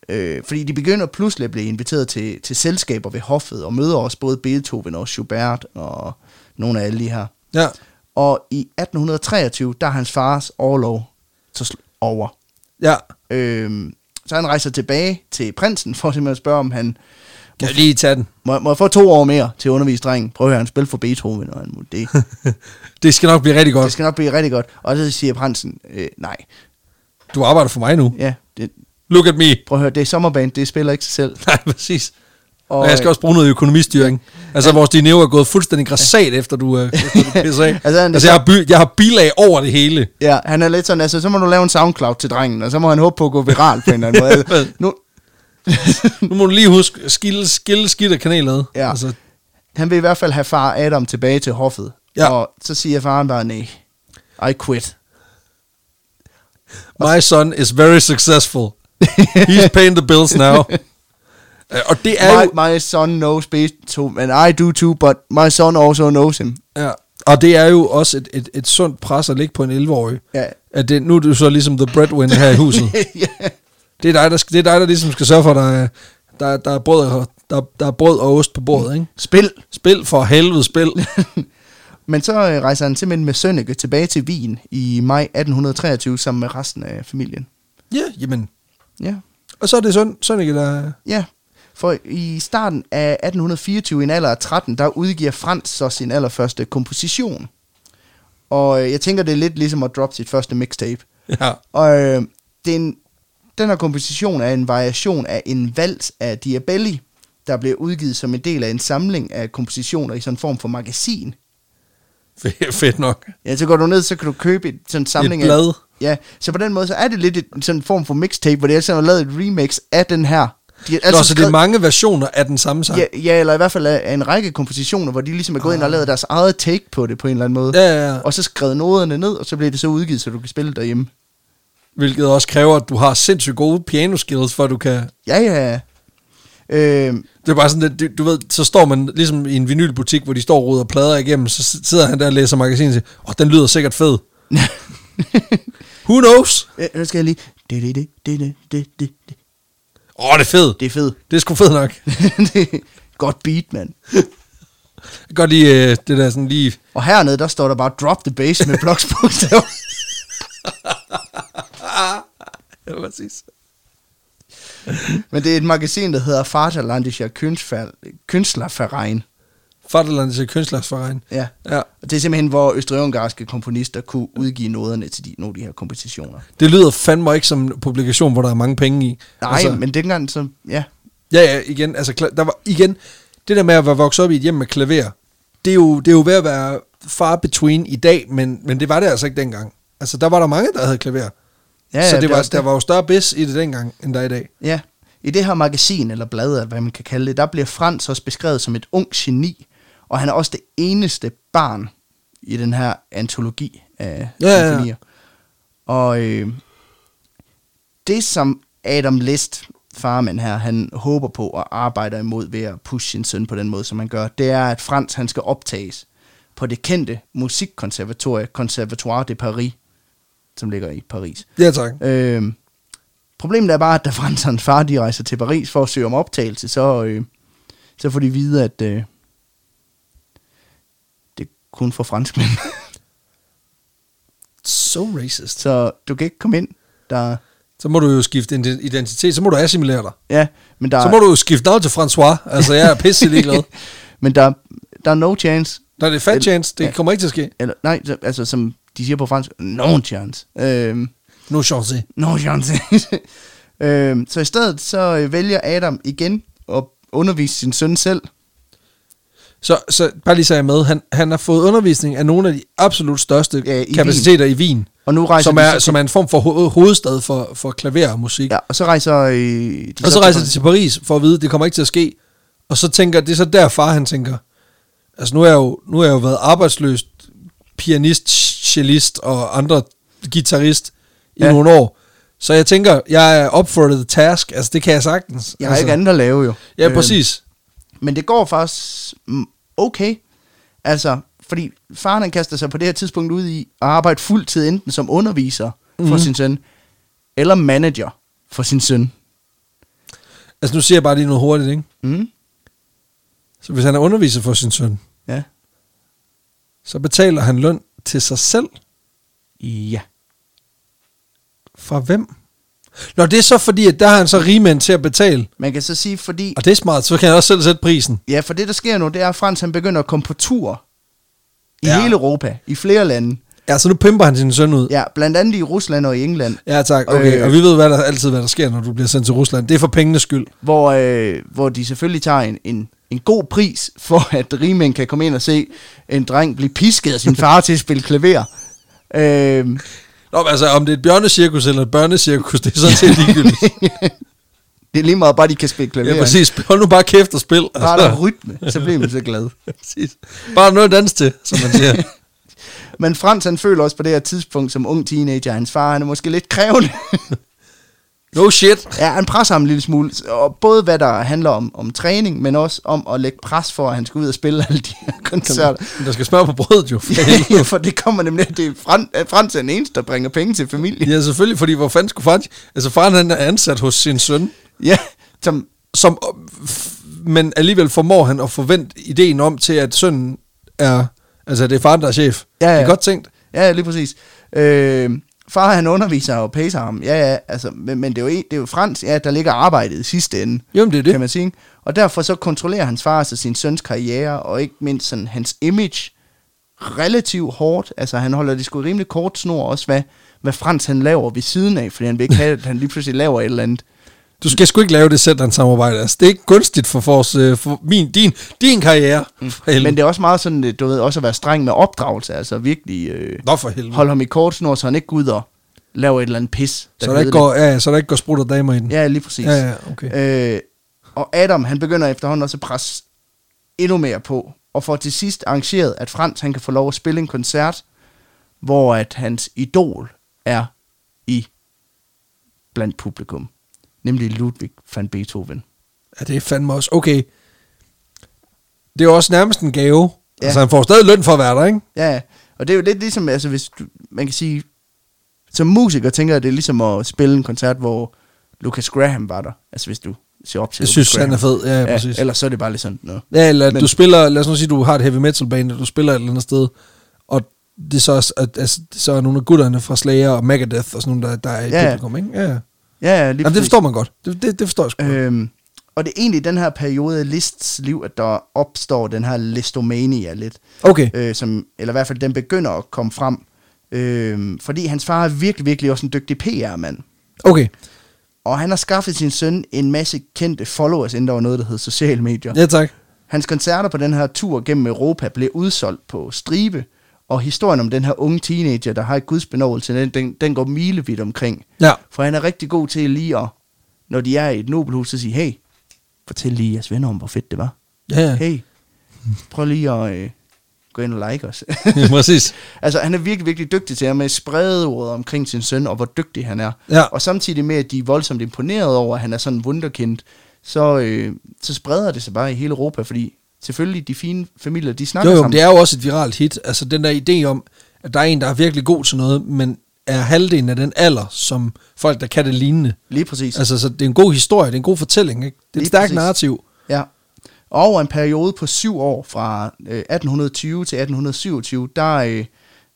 Speaker 2: Øh, fordi de begynder pludselig at blive inviteret til, til selskaber ved hoffet, og møder også både Beethoven og Schubert og nogle af alle de her.
Speaker 1: Ja.
Speaker 2: Og i 1823, der er hans fars overlov så sl- over.
Speaker 1: Ja.
Speaker 2: Øh, så han rejser tilbage til prinsen for simpelthen at spørge, om han
Speaker 1: Kan jeg lige
Speaker 2: *laughs*
Speaker 1: tage den?
Speaker 2: må, jeg- må jeg få to år mere til at undervise drengen. Prøv at høre, han spiller for Beethoven, og han må
Speaker 1: *laughs*
Speaker 2: det.
Speaker 1: det skal nok blive rigtig
Speaker 2: Det
Speaker 1: godt.
Speaker 2: skal nok blive rigtig godt. Og så siger Prinsen, øh, nej.
Speaker 1: Du arbejder for mig nu.
Speaker 2: Ja, det,
Speaker 1: Look at me. *laughs*
Speaker 2: prøv at høre, det er sommerband, det spiller ikke sig selv.
Speaker 1: Nej, præcis.
Speaker 2: Og, øh,
Speaker 1: Og, og jeg skal også bruge noget økonomistyring. Altså, vores dinero er gået fuldstændig grassat, efter du, øh, efter du pisser af.
Speaker 2: *laughs* Altså,
Speaker 1: altså,
Speaker 2: han-
Speaker 1: altså, jeg har, by, jeg har bilag over det hele.
Speaker 2: Ja, han er lidt sådan, altså, så må du lave en SoundCloud til drengen, og så må han håbe på at gå viral på en eller anden
Speaker 1: *laughs*
Speaker 2: måde. Altså, nu,
Speaker 1: Nu må du lige huske, skille, skille skidt af kanalet.
Speaker 2: Ja.
Speaker 1: Altså,
Speaker 2: han vil i hvert fald have far Adam tilbage til hoffet.
Speaker 1: Ja.
Speaker 2: Og så siger faren bare, nej, I quit.
Speaker 1: my son is very successful. He's paying the bills
Speaker 2: *laughs*
Speaker 1: now. Øh, Og det er jo...
Speaker 2: My, my son knows Beethoven, and I do too, but my son also knows him.
Speaker 1: Ja. Og det er jo også et, et, et sundt pres at ligge på en 11-årig.
Speaker 2: Ja.
Speaker 1: At det, nu er du så ligesom the breadwinner her i
Speaker 2: *laughs*
Speaker 1: huset.
Speaker 2: ja.
Speaker 1: Det er dig, der, skal, det er dig, der ligesom skal sørge for, at der, er- der, der, er brød og, der, der er brød og ost på bordet, ikke?
Speaker 2: Spil.
Speaker 1: Spil for helvede,
Speaker 2: *laughs*
Speaker 1: spil.
Speaker 2: Men så øh, rejser han simpelthen med Sønneke tilbage til Wien i maj 1823 sammen med resten af familien.
Speaker 1: ja, jamen.
Speaker 2: Ja,
Speaker 1: Og så er det sådan, sådan ikke, der...
Speaker 2: ja. For i starten af 1824, i en alder af 13, der udgiver Frans så sin allerførste komposition. Og øh, jeg tænker, det er lidt ligesom at droppe sit første mixtape.
Speaker 1: Ja.
Speaker 2: Og øh, det er en, den her komposition er en variation af en vals af Diabelli, der bliver udgivet som en del af en samling af kompositioner i sådan en form for magasin.
Speaker 1: Fe- Fedt nok.
Speaker 2: Ja, så går du ned, så kan du købe et, sådan en samling
Speaker 1: Et blad.
Speaker 2: af... Ja, så på den måde, så er det lidt et, sådan en form for mixtape, hvor det er sådan lavet et remix af den her. De er
Speaker 1: Altså, Nå, så det
Speaker 2: skrevet-
Speaker 1: er mange versioner af den samme sang.
Speaker 2: ja, ja, eller i hvert fald af, af en række kompositioner, hvor de ligesom er gået ind og lavet deres eget take på det på en eller anden måde.
Speaker 1: Ah. Ja, ja, ja.
Speaker 2: Og så skrevet noderne ned, og så bliver det så udgivet, så du kan spille det derhjemme.
Speaker 1: Hvilket også kræver, at du har sindssygt gode piano skills, for at du kan...
Speaker 2: Ja, ja, ja. Øh, *laughs*
Speaker 1: Det er bare sådan, at du, du ved, så står man ligesom i en vinylbutik, hvor de står og ruder plader igennem, så s- sidder han der og læser magasinet og siger, åh, oh, den lyder sikkert fed. Who knows?
Speaker 2: øh, nu skal jeg lige... Det, det, det, det, det, det, det, det.
Speaker 1: Åh, oh, det er fedt.
Speaker 2: Det er fedt. *laughs*
Speaker 1: Det er sgu fedt nok.
Speaker 2: Godt beat, mand.
Speaker 1: Jeg kan godt lide øh, det der sådan lige...
Speaker 2: Og hernede, der står der bare, drop the bass med blokspunkter.
Speaker 1: Ja, præcis.
Speaker 2: Men det er et magasin, der hedder Vaterlandischer Künstler- Künstlerverein.
Speaker 1: Fatterlandet til kønslagsforregn.
Speaker 2: Ja.
Speaker 1: Ja.
Speaker 2: Og det er simpelthen, hvor østrig-ungarske komponister kunne udgive noderne til de, nogle af de her kompositioner.
Speaker 1: Det lyder fandme ikke som en publikation, hvor der er mange penge i.
Speaker 2: Nej,
Speaker 1: altså,
Speaker 2: altså, men dengang så, ja.
Speaker 1: Ja, ja, igen. Altså, kla- der var, igen, det der med at være vokset op i et hjem med klaver, det er jo, det er jo ved at være far between i dag, men, men det var det altså ikke dengang. Altså, der var der mange, der havde klaver.
Speaker 2: Ja, ja,
Speaker 1: så
Speaker 2: det
Speaker 1: det
Speaker 2: er
Speaker 1: var,
Speaker 2: også
Speaker 1: der
Speaker 2: det.
Speaker 1: var jo større bis i det dengang, end der er i dag.
Speaker 2: ja. I det her magasin, eller blad, eller hvad man kan kalde det, der bliver Frans også beskrevet som et ung geni, og han er også det eneste barn i den her antologi af
Speaker 1: Ja, ja, ja.
Speaker 2: symfonier. Og øh, det, som Adam List, farmand her, han håber på og arbejder imod ved at pushe sin søn på den måde, som han gør, det er, at Frans han skal optages på det kendte musikkonservatorie, Conservatoire de Paris, som ligger i Paris.
Speaker 1: Ja, tak.
Speaker 2: Øh, problemet er bare, *laughs* at da Frans og hans far de rejser til Paris for at søge om optagelse, så, øh, så får de vide, at øh, det er kun for franskmænd. *laughs*
Speaker 1: So racist.
Speaker 2: så du kan ikke komme ind. Der,
Speaker 1: Så må du jo skifte ident- identitet, så må du assimilere dig.
Speaker 2: ja, men der,
Speaker 1: Så må du jo skifte navn til François. Altså, jeg er
Speaker 2: *laughs*
Speaker 1: pisse ligeglad.
Speaker 2: men der, der er no chance,
Speaker 1: Nej, det er fat chance.
Speaker 2: Ja.
Speaker 1: Det kommer ikke til at ske.
Speaker 2: eller nej, så- altså som de siger på fransk, no chance. Øhm,
Speaker 1: No chance.
Speaker 2: no chance. *laughs* øhm, så i stedet så øh, vælger Adam igen at undervise sin søn selv.
Speaker 1: Så, så bare lige så jeg er med, han, han har fået undervisning af nogle af de absolut største
Speaker 2: Ja,
Speaker 1: ja,
Speaker 2: i
Speaker 1: i kapaciteter Wien. i Wien,
Speaker 2: Og nu rejser
Speaker 1: som
Speaker 2: de
Speaker 1: er,
Speaker 2: så,
Speaker 1: som er en form for ho- hovedstad for, for klaver og musik. Ja,
Speaker 2: Ja, og så rejser øh, de
Speaker 1: og så rejser de til Paris for at vide, at det kommer ikke til at ske. Og så tænker, det er så der far, han tænker, altså nu er jeg jo, nu er jeg jo været arbejdsløs pianist, cellist og andre guitarist i
Speaker 2: Ja.
Speaker 1: ja. nogle år. Så jeg tænker, jeg er up for the task, altså det kan jeg sagtens.
Speaker 2: Jeg har
Speaker 1: altså,
Speaker 2: ikke andet at lave jo.
Speaker 1: Ja,
Speaker 2: Øhm,
Speaker 1: præcis.
Speaker 2: Men det går faktisk mm, okay. Altså, fordi faren han kaster sig på det her tidspunkt ud i at arbejde fuldtid enten som underviser for
Speaker 1: Mhm.
Speaker 2: sin søn, eller manager for sin søn.
Speaker 1: Altså nu siger jeg bare lige noget hurtigt, ikke?
Speaker 2: Mm?
Speaker 1: Så hvis han er underviser for sin søn,
Speaker 2: Ja.
Speaker 1: så betaler han løn til sig selv.
Speaker 2: Ja.
Speaker 1: Fra hvem? Nå, det er så fordi, at der har han så rigmænd til at betale.
Speaker 2: Man kan så sige, fordi...
Speaker 1: Og det er smart, så kan han også selv sætte prisen.
Speaker 2: Ja, for det der sker nu, det er, at Frans han begynder at komme på tur i ja.
Speaker 1: Ja.
Speaker 2: hele Europa, i flere lande.
Speaker 1: Ja, så nu pimper han sin søn ud.
Speaker 2: Ja, blandt andet i Rusland og i England,
Speaker 1: Ja, tak. Okay,
Speaker 2: Øh.
Speaker 1: og vi ved hvad der, altid, hvad der sker, når du bliver sendt til Rusland. Det er for pengenes skyld.
Speaker 2: hvor, øh, hvor de selvfølgelig tager en, en, en god pris for, at rigmænd kan komme ind og se en dreng blive pisket af sin far til at spille klaver. Øh,
Speaker 1: Nå, men altså, om det er et bjørnecirkus eller et børnecirkus, det er sådan set *laughs* ligegyldigt.
Speaker 2: Det er lige meget bare, de kan spille klaver.
Speaker 1: ja, præcis. Hold nu bare kæft og spil.
Speaker 2: Bare der er rytme, så bliver man så glad.
Speaker 1: *laughs* præcis. Bare noget at danse til, som man *laughs* siger.
Speaker 2: Men Frans, han føler også på det her tidspunkt som ung teenager, hans far, han er måske lidt krævende. *laughs*
Speaker 1: No shit.
Speaker 2: ja, han presser ham en lille smule. Og både hvad der handler om, om træning, men også om at lægge pres for, at han skal ud og spille alle de her koncerter.
Speaker 1: Men Der skal smør på brødet *laughs* jo. for helvede.
Speaker 2: *laughs* ja, for det kommer nemlig, at det er Frans, at Frans er den eneste, der bringer penge til familien.
Speaker 1: *laughs* ja, selvfølgelig, fordi hvor fanden skulle faren... Altså, faren han er ansat hos sin søn.
Speaker 2: Ja, som,
Speaker 1: som, øh, men alligevel formår han at forvente ideen om til, at sønnen er, altså det er faren, der er chef.
Speaker 2: Ja, ja.
Speaker 1: Det er godt tænkt.
Speaker 2: ja lige præcis. Øh, far, han underviser og pacer ham. Ja, ja, altså, men, men det, er jo, en- det er jo Frans, ja, der ligger arbejdet i sidste ende.
Speaker 1: Jamen, det er
Speaker 2: det.
Speaker 1: det.
Speaker 2: kan man sige. ikke? Og derfor så kontrollerer hans far altså sin søns karriere, og ikke mindst sådan hans image relativt hårdt. Altså han holder det sgu i rimelig kort snor også, hvad, hvad Frans han laver ved siden af, fordi han vil ikke have, at han lige pludselig laver et eller andet.
Speaker 1: Du skal sgu ikke lave det Zetland samarbejde. Altså, det er ikke gunstigt for, vores, øh, for min, din, din karriere. For helvede.
Speaker 2: Mm. Men det er også meget sådan, øh, du ved, også at være streng med opdragelse, altså virkelig øh,
Speaker 1: Nå for helvede.
Speaker 2: holde ham i kort snor, så han ikke går ud og laver et eller andet pis.
Speaker 1: så, der ikke
Speaker 2: kedeligt.
Speaker 1: går, ja, ja, så der ikke går sprutter damer i den.
Speaker 2: Ja, lige præcis.
Speaker 1: Ja, ja, okay.
Speaker 2: Øh, og Adam, han begynder efterhånden også at presse endnu mere på, og får til sidst arrangeret, at Frans han kan få lov at spille en koncert, hvor at hans idol er i blandt publikum, nemlig Ludwig van Beethoven.
Speaker 1: ja, det er fandme også. Okay. Det er jo også nærmest en gave.
Speaker 2: Ja.
Speaker 1: Ja. Altså, han får stadig løn for at være der, ikke?
Speaker 2: Ja, ja. og det er jo lidt ligesom, altså hvis du, man kan sige, som musiker tænker jeg, det er ligesom at spille en koncert, hvor Lucas Graham var der, altså hvis du ser op til
Speaker 1: Jeg
Speaker 2: Lucas
Speaker 1: synes, han
Speaker 2: Graham.
Speaker 1: er fed. Ja, ja præcis.
Speaker 2: ellers så er det bare lidt sådan noget.
Speaker 1: Ja, eller
Speaker 2: Men-
Speaker 1: men, du spiller, lad os nu sige, du har et heavy metal band, og du spiller et eller andet sted, og det er så, også, at, altså, det så er nogle af gutterne fra Slayer og Megadeth og sådan nogle, der, der er i
Speaker 2: Ja, ja.
Speaker 1: ja, publikum, ikke? Ja, ja.
Speaker 2: Ja, ja, lige
Speaker 1: Jamen, det
Speaker 2: præcis.
Speaker 1: forstår man godt. Det, det, det forstår jeg sgu øh,
Speaker 2: Øhm, og det er egentlig i den her periode i Lists liv, at der opstår den her listomania lidt.
Speaker 1: Okay,
Speaker 2: Øh, som, eller i hvert fald, den begynder at komme frem. Øh, fordi hans far er virkelig, virkelig også en dygtig PR-mand.
Speaker 1: okay.
Speaker 2: Og han har skaffet sin søn en masse kendte followers, inden der var noget, der hed sociale medier.
Speaker 1: Ja, tak.
Speaker 2: Hans koncerter på den her tur gennem Europa blev udsolgt på stribe, og historien om den her unge teenager, der har et gudsbenovelse, den, den, den går milevidt omkring.
Speaker 1: Ja,
Speaker 2: For han er rigtig god til lige at, når de er i et nobelhus, så sige, hey, fortæl lige jeres venner om, hvor fedt det var.
Speaker 1: ja, ja.
Speaker 2: Hey, prøv lige at øh, gå ind og
Speaker 1: *laughs*
Speaker 2: like os.
Speaker 1: ja
Speaker 2: *laughs*
Speaker 1: præcis.
Speaker 2: altså, han er virkelig, virkelig dygtig til at med sprede ordet omkring sin søn, og hvor dygtig han er.
Speaker 1: Ja.
Speaker 2: Og samtidig med, at de er voldsomt imponeret over, at han er sådan en wunderkind, så, øh, så spreder det sig bare i hele Europa, fordi selvfølgelig de fine familier, de snakker
Speaker 1: Jo, jo, men
Speaker 2: sammen.
Speaker 1: det er jo også et viralt hit. Altså, den der idé om, at der er en, der er virkelig god til noget, men er halvdelen af den alder, som folk, der kan det lignende.
Speaker 2: Lige præcis.
Speaker 1: Altså, så det er en god historie, det er en god fortælling, ikke? Det er
Speaker 2: Lige
Speaker 1: et stærkt
Speaker 2: præcis.
Speaker 1: narrativ.
Speaker 2: Ja. Og over en periode på syv år, fra øh, 1820 til 1827, der, øh,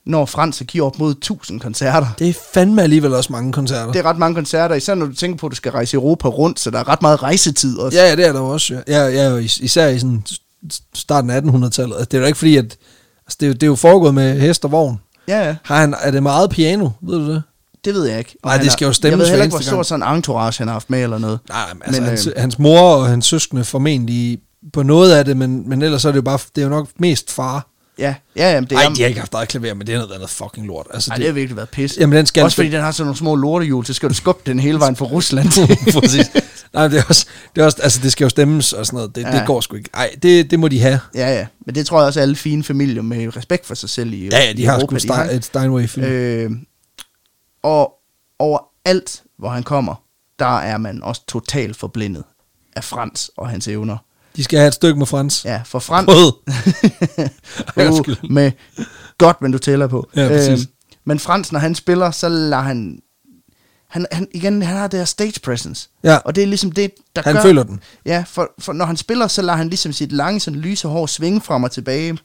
Speaker 2: når Frans og giver op mod 1000 koncerter.
Speaker 1: Det er fandme alligevel også mange koncerter.
Speaker 2: Det er ret mange koncerter, især når du tænker på, at du skal rejse Europa rundt, så der er ret meget rejsetid også.
Speaker 1: Ja, ja, det er der jo også. Ja, ja, ja og is- især i sådan s- starten af 1800-tallet. Altså, det er jo ikke fordi, at... Altså, det, er jo, det er jo foregået med hest og vogn.
Speaker 2: Ja, ja.
Speaker 1: Har han, er det meget piano, ved du det?
Speaker 2: Det ved jeg ikke. om
Speaker 1: Nej, det
Speaker 2: han
Speaker 1: skal jo
Speaker 2: har-
Speaker 1: stemmes
Speaker 2: Jeg ved heller
Speaker 1: hver
Speaker 2: ikke, hvor
Speaker 1: eneste
Speaker 2: stor
Speaker 1: gang.
Speaker 2: sådan en entourage han har haft med eller noget.
Speaker 1: Nej, men altså,
Speaker 2: Men,
Speaker 1: men, hans,
Speaker 2: øh,
Speaker 1: øh, hans mor og hans søskende formentlig på noget af det, men, men ellers er det jo bare, det er jo nok mest far.
Speaker 2: Ja, ja, jamen, det er...
Speaker 1: Nej, de har ikke haft eget klaver, men det er noget andet fucking lort. Altså,
Speaker 2: Ej,
Speaker 1: *laughs*
Speaker 2: det har virkelig været pis.
Speaker 1: Jamen, den skal-
Speaker 2: Også fordi den har sådan nogle små lortehjul, så skal du skubbe den hele vejen fra
Speaker 1: *laughs*
Speaker 2: Rusland til.
Speaker 1: Præcis. Nej, men det er også, det er også, altså det skal jo stemmes og sådan noget. Det, ja.
Speaker 2: Ja.
Speaker 1: det går sgu ikke. Nej, det, det må de have.
Speaker 2: ja, ja. Men det tror jeg også, at alle fine familier med respekt for sig selv i
Speaker 1: Ja, ja, de
Speaker 2: i
Speaker 1: har
Speaker 2: Europa,
Speaker 1: sgu Stein, et Steinway-film. Øh,
Speaker 2: Øh, og overalt, hvor han kommer, der er man også totalt forblindet af Frans og hans evner.
Speaker 1: de skal have et stykke med Frans.
Speaker 2: Ja, for Frans... *laughs*
Speaker 1: Både.
Speaker 2: du
Speaker 1: Undskyld.
Speaker 2: med godt, men du tæller på. Øhm,
Speaker 1: Ja, præcis.
Speaker 2: men Frans, når han spiller, så lader han... Han, han, igen, han har det her stage presence.
Speaker 1: Ja.
Speaker 2: Og det er ligesom det, der
Speaker 1: Han
Speaker 2: gør...
Speaker 1: føler den.
Speaker 2: Ja, for, for, når han spiller, så lader han ligesom sit lange, sådan lyse hår svinge frem og tilbage,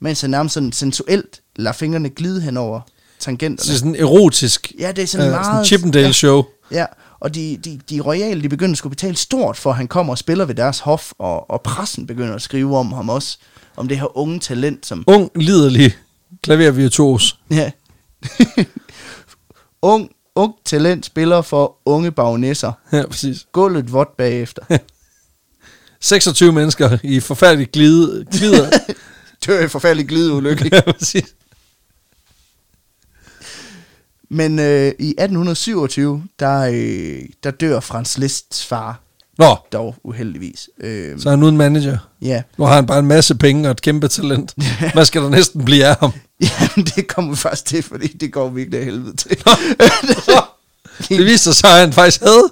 Speaker 2: mens han nærmest sådan sensuelt lader fingrene glide hen over
Speaker 1: Så det er
Speaker 2: tangenterne.
Speaker 1: sådan erotisk.
Speaker 2: Ja, det er sådan
Speaker 1: øh,
Speaker 2: meget-
Speaker 1: Chippendale-show.
Speaker 2: Ja, og de, de, de royale, de begynder at skulle betale stort, for at han kommer og spiller ved deres hof, og, og pressen begynder at skrive om ham også, om det her unge talent, som *laughs*
Speaker 1: Ung, liderlig klavervirtuos. *laughs*
Speaker 2: Ja. ung, ung talent spiller for unge baronesser.
Speaker 1: Ja, præcis.
Speaker 2: Gulvet vådt bagefter.
Speaker 1: 26 mennesker i forfærdelig glide,
Speaker 2: *laughs*
Speaker 1: glider.
Speaker 2: Dør i forfærdelig glideulykke.
Speaker 1: ja, præcis.
Speaker 2: Men øh, i 1827, der, øh, der dør Frans Lists far,
Speaker 1: Nå,
Speaker 2: dog uheldigvis. Øh,
Speaker 1: så er han uden manager.
Speaker 2: ja.
Speaker 1: Nu har han bare en masse penge og et kæmpe talent. Hvad skal der næsten blive af ham?
Speaker 2: *laughs* Jamen, det kommer vi faktisk til, fordi det går virkelig af helvede til.
Speaker 1: Det viste sig, at han faktisk havde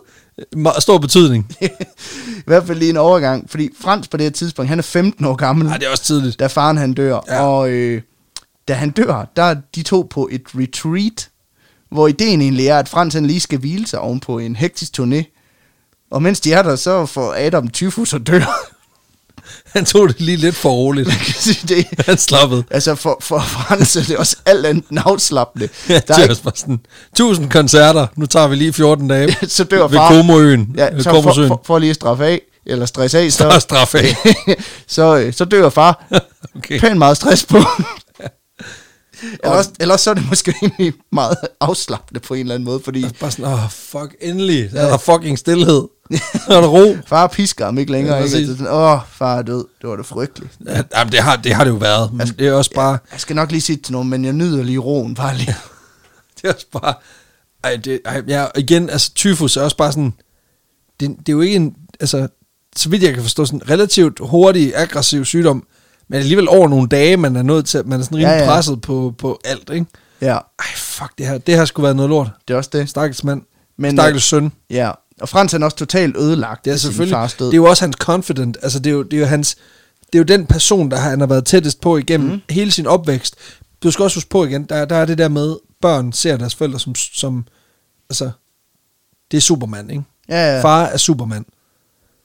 Speaker 1: meget stor betydning.
Speaker 2: *laughs* I hvert fald lige en overgang, fordi Frans på det her tidspunkt, han er 15 år gammel.
Speaker 1: Nej, Ah, det er også tidligt.
Speaker 2: da faren han dør. Ja.
Speaker 1: Ja.
Speaker 2: Og øh, da han dør, der er de to på et retreat, hvor ideen egentlig er, at Frans han lige skal hvile sig ovenpå en hektisk turné. Og mens de er der, så får Adam tyfus og dør.
Speaker 1: Han tog det lige lidt for roligt.
Speaker 2: Man kan sige det.
Speaker 1: Han slappede.
Speaker 2: *laughs* Altså for, for Frans er det også alt andet end afslappende.
Speaker 1: Ja,
Speaker 2: Der
Speaker 1: det
Speaker 2: er
Speaker 1: er også bare sådan, 1000 koncerter, nu tager vi lige 14 dage.
Speaker 2: ikke, *laughs* så dør
Speaker 1: ved
Speaker 2: far.
Speaker 1: Komoøen.
Speaker 2: Ja, så for,
Speaker 1: Komosøen.
Speaker 2: for, for lige at straffe af, eller stresse af,
Speaker 1: Der er
Speaker 2: så,
Speaker 1: straf af.
Speaker 2: *laughs* så, øh, så dør far.
Speaker 1: *laughs* Okay.
Speaker 2: Pænt meget
Speaker 1: *laughs*
Speaker 2: stress på. Ellers, ellers så er det måske egentlig meget afslappende på en eller anden måde, fordi
Speaker 1: Bare sådan, åh, oh, fuck, endelig. Der er der fucking stillhed. *laughs* Der er der ro.
Speaker 2: Far pisker ham ikke længere.
Speaker 1: Ja,
Speaker 2: Ja, ikke?
Speaker 1: præcis.
Speaker 2: Altså sådan, Åh, far er død. Det var da frygteligt.
Speaker 1: Ja, jamen, det har, det har det jo været, men Altså, det er også bare,
Speaker 2: Jeg skal nok lige sige til nogen, men jeg nyder lige roen bare lige.
Speaker 1: *laughs* det er også bare, ej, det, ej, ja, igen, altså, tyfus er også bare sådan, det, det er jo ikke en, altså, så vidt jeg kan forstå, sådan en relativt hurtig, aggressiv sygdom, men alligevel over nogle dage, man er nødt til, man er sådan rimelig
Speaker 2: Ja,
Speaker 1: ja,
Speaker 2: ja.
Speaker 1: ja. presset på, på alt, ikke?
Speaker 2: Ja,
Speaker 1: Ej, fuck, det her, det her skulle være noget lort.
Speaker 2: det er også det.
Speaker 1: Stakkels mand.
Speaker 2: Men,
Speaker 1: Men, øh, Stakkels søn.
Speaker 2: Ja, og Frans han er også totalt ødelagt.
Speaker 1: Det er
Speaker 2: af sin
Speaker 1: Mm. selvfølgelig,
Speaker 2: Fars død.
Speaker 1: det er jo også hans confident, altså det er jo, det er jo hans, det er jo den person, der han har været tættest på igennem
Speaker 2: Mhm.
Speaker 1: mm. hele sin opvækst. Du skal også huske på igen, der, der er det der med, børn ser deres forældre som, som altså, det er Superman, ikke?
Speaker 2: Ja, ja.
Speaker 1: Far er Superman.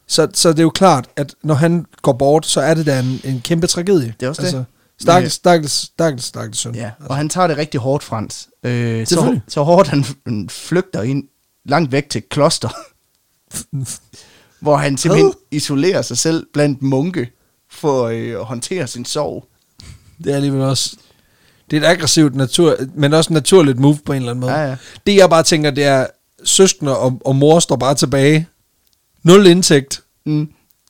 Speaker 1: Så, så det er jo klart, at når han går bort, så er det da en, en kæmpe tragedie. Altså,
Speaker 2: Det er også det. Men, øh,
Speaker 1: Stakkels, stakkels, stakkels, stakkels søn.
Speaker 2: Ja, og han tager det rigtig hårdt, Frans. Øh, så,
Speaker 1: Altså. Selvfølgelig.
Speaker 2: så hårdt han han flygter ind langt væk til et kloster, *laughs*
Speaker 1: Altså.
Speaker 2: hvor han simpelthen isolerer sig selv blandt munke for øh, at håndtere sin sorg.
Speaker 1: Det er alligevel også... Det er et aggressivt, natur, men også naturligt move på en eller anden måde.
Speaker 2: Ja, ja.
Speaker 1: Det jeg bare tænker, det er, søskende og, og mor står bare tilbage. Nul indtægt.
Speaker 2: Mm.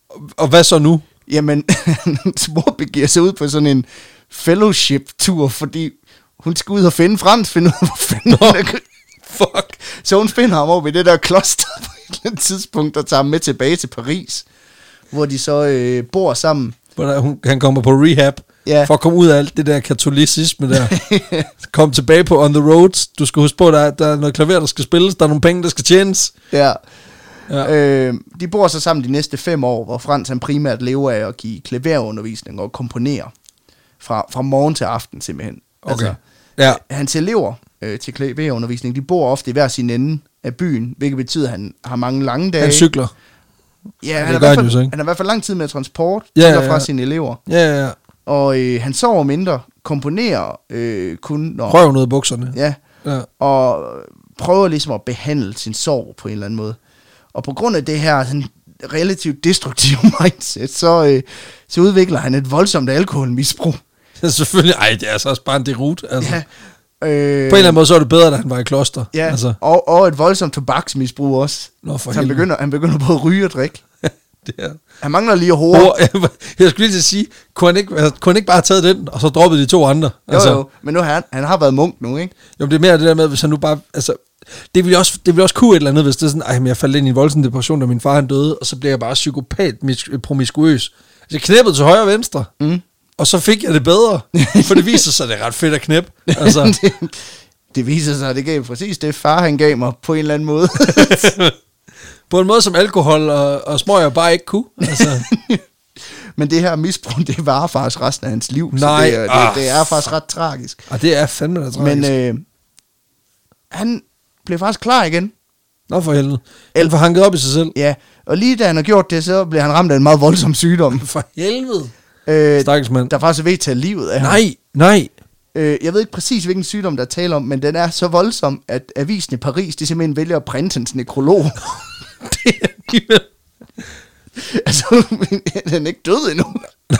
Speaker 1: Og, og hvad så nu?
Speaker 2: Jamen, *laughs* hans mor begiver sig ud på sådan en fellowship-tur, fordi hun skal ud og finde Frans, finde ud af, hvor fanden hun er. *laughs*
Speaker 1: Fuck.
Speaker 2: Så hun finder ham over ved det der kloster *laughs* på et eller andet tidspunkt, og tager ham med tilbage til Paris, hvor de så øh, bor sammen.
Speaker 1: Hvordan, hun, han kommer på rehab.
Speaker 2: Ja.
Speaker 1: For at komme ud af alt det der katolicisme
Speaker 2: *laughs*
Speaker 1: der. Kom tilbage på on the roads. Du skal huske på, at der, er- der er noget klaver, der skal spilles. Der er nogle penge, der skal tjenes.
Speaker 2: Ja.
Speaker 1: Ja.
Speaker 2: Øh, de bor så sammen de næste fem år, hvor Frans han primært lever af at give klaverundervisning og komponere fra, fra morgen til aften simpelthen.
Speaker 1: Okay. Ja.
Speaker 2: Hans elever øh, til klaverundervisning, de bor ofte i hver sin ende af byen, hvilket betyder, at han har mange lange dage.
Speaker 1: Han cykler.
Speaker 2: Ja, han,
Speaker 1: det
Speaker 2: har i
Speaker 1: gør
Speaker 2: hvert
Speaker 1: han jo så
Speaker 2: fald,
Speaker 1: ikke.
Speaker 2: han har i hvert fald lang tid med transport
Speaker 1: Ja,
Speaker 2: til og
Speaker 1: ja,
Speaker 2: fra
Speaker 1: ja.
Speaker 2: sine elever.
Speaker 1: Ja, ja, ja.
Speaker 2: Og øh, han sover mindre, komponerer øh, kun, når...
Speaker 1: Røven ud af bukserne.
Speaker 2: Ja,
Speaker 1: Ja.
Speaker 2: og prøver ligesom at behandle sin sorg på en eller anden måde. Og på grund af det her sådan relativt destruktive *laughs* mindset, så, øh, så udvikler han et voldsomt alkoholmisbrug.
Speaker 1: ja. Selvfølgelig. Ej, det er altså også bare en derut. Altså. Ja.
Speaker 2: øh,
Speaker 1: På en eller anden måde, så er det bedre, da han var i kloster.
Speaker 2: Ja,
Speaker 1: Altså, *laughs*
Speaker 2: altså. og, og et voldsomt tobaksmisbrug også.
Speaker 1: Nå, for
Speaker 2: Så han
Speaker 1: helvede.
Speaker 2: begynder, han begynder både at ryge og drikke.
Speaker 1: det er...
Speaker 2: Han mangler lige at hore.
Speaker 1: Oh, jeg skulle lige til at sige, kunne han, ikke, altså, kunne han ikke bare have taget den, og så droppet de to andre? Altså,
Speaker 2: Jo, jo, men nu har han, han har været munk nu, ikke?
Speaker 1: Jo, men det er mere det der med, hvis han nu bare... Altså, det ville også, det ville også kunne et eller andet, hvis det er sådan, ej, men jeg faldt ind i en voldsom depression, da min far han døde, og så blev jeg bare psykopat mis- promiskuøs. Altså, jeg knæppede til højre og venstre, mm. og så fik jeg det
Speaker 2: *laughs*
Speaker 1: bedre, for det viser sig, at det er ret fedt at knæppe. Altså,
Speaker 2: det, det viser sig, at det gav præcis det, far han gav mig på en eller anden
Speaker 1: *laughs*
Speaker 2: måde.
Speaker 1: på en måde som alkohol og, og smøger bare ikke kunne. Altså,
Speaker 2: *laughs* men det her misbrug, det varer faktisk resten af hans liv.
Speaker 1: Nej,
Speaker 2: Så det, er-
Speaker 1: ah.
Speaker 2: det, det er faktisk ret tragisk.
Speaker 1: og det er fandme da tragisk.
Speaker 2: Men
Speaker 1: Men, øh,
Speaker 2: øh, han blev faktisk klar igen.
Speaker 1: Nå for helvede. Eller for hanket op i sig selv.
Speaker 2: Ja, og lige da han har gjort det, så blev han ramt af en meget voldsom sygdom.
Speaker 1: For helvede.
Speaker 2: Øh,
Speaker 1: Stakkels mand.
Speaker 2: der faktisk er ved at tage livet af ham.
Speaker 1: Nej, nej.
Speaker 2: Øh, jeg ved ikke præcis, hvilken sygdom, der er tale om, men den er så voldsom, at avisen i Paris, de simpelthen vælger at printe hans nekrolog. *laughs*
Speaker 1: Det er alligevel-
Speaker 2: altså, *laughs* den er ikke død endnu.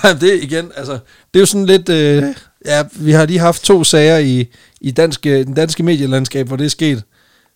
Speaker 1: Nej, det er igen, altså, det er jo sådan lidt, øh, ja, vi har lige haft to sager i, i danske, den danske medielandskab, hvor det er sket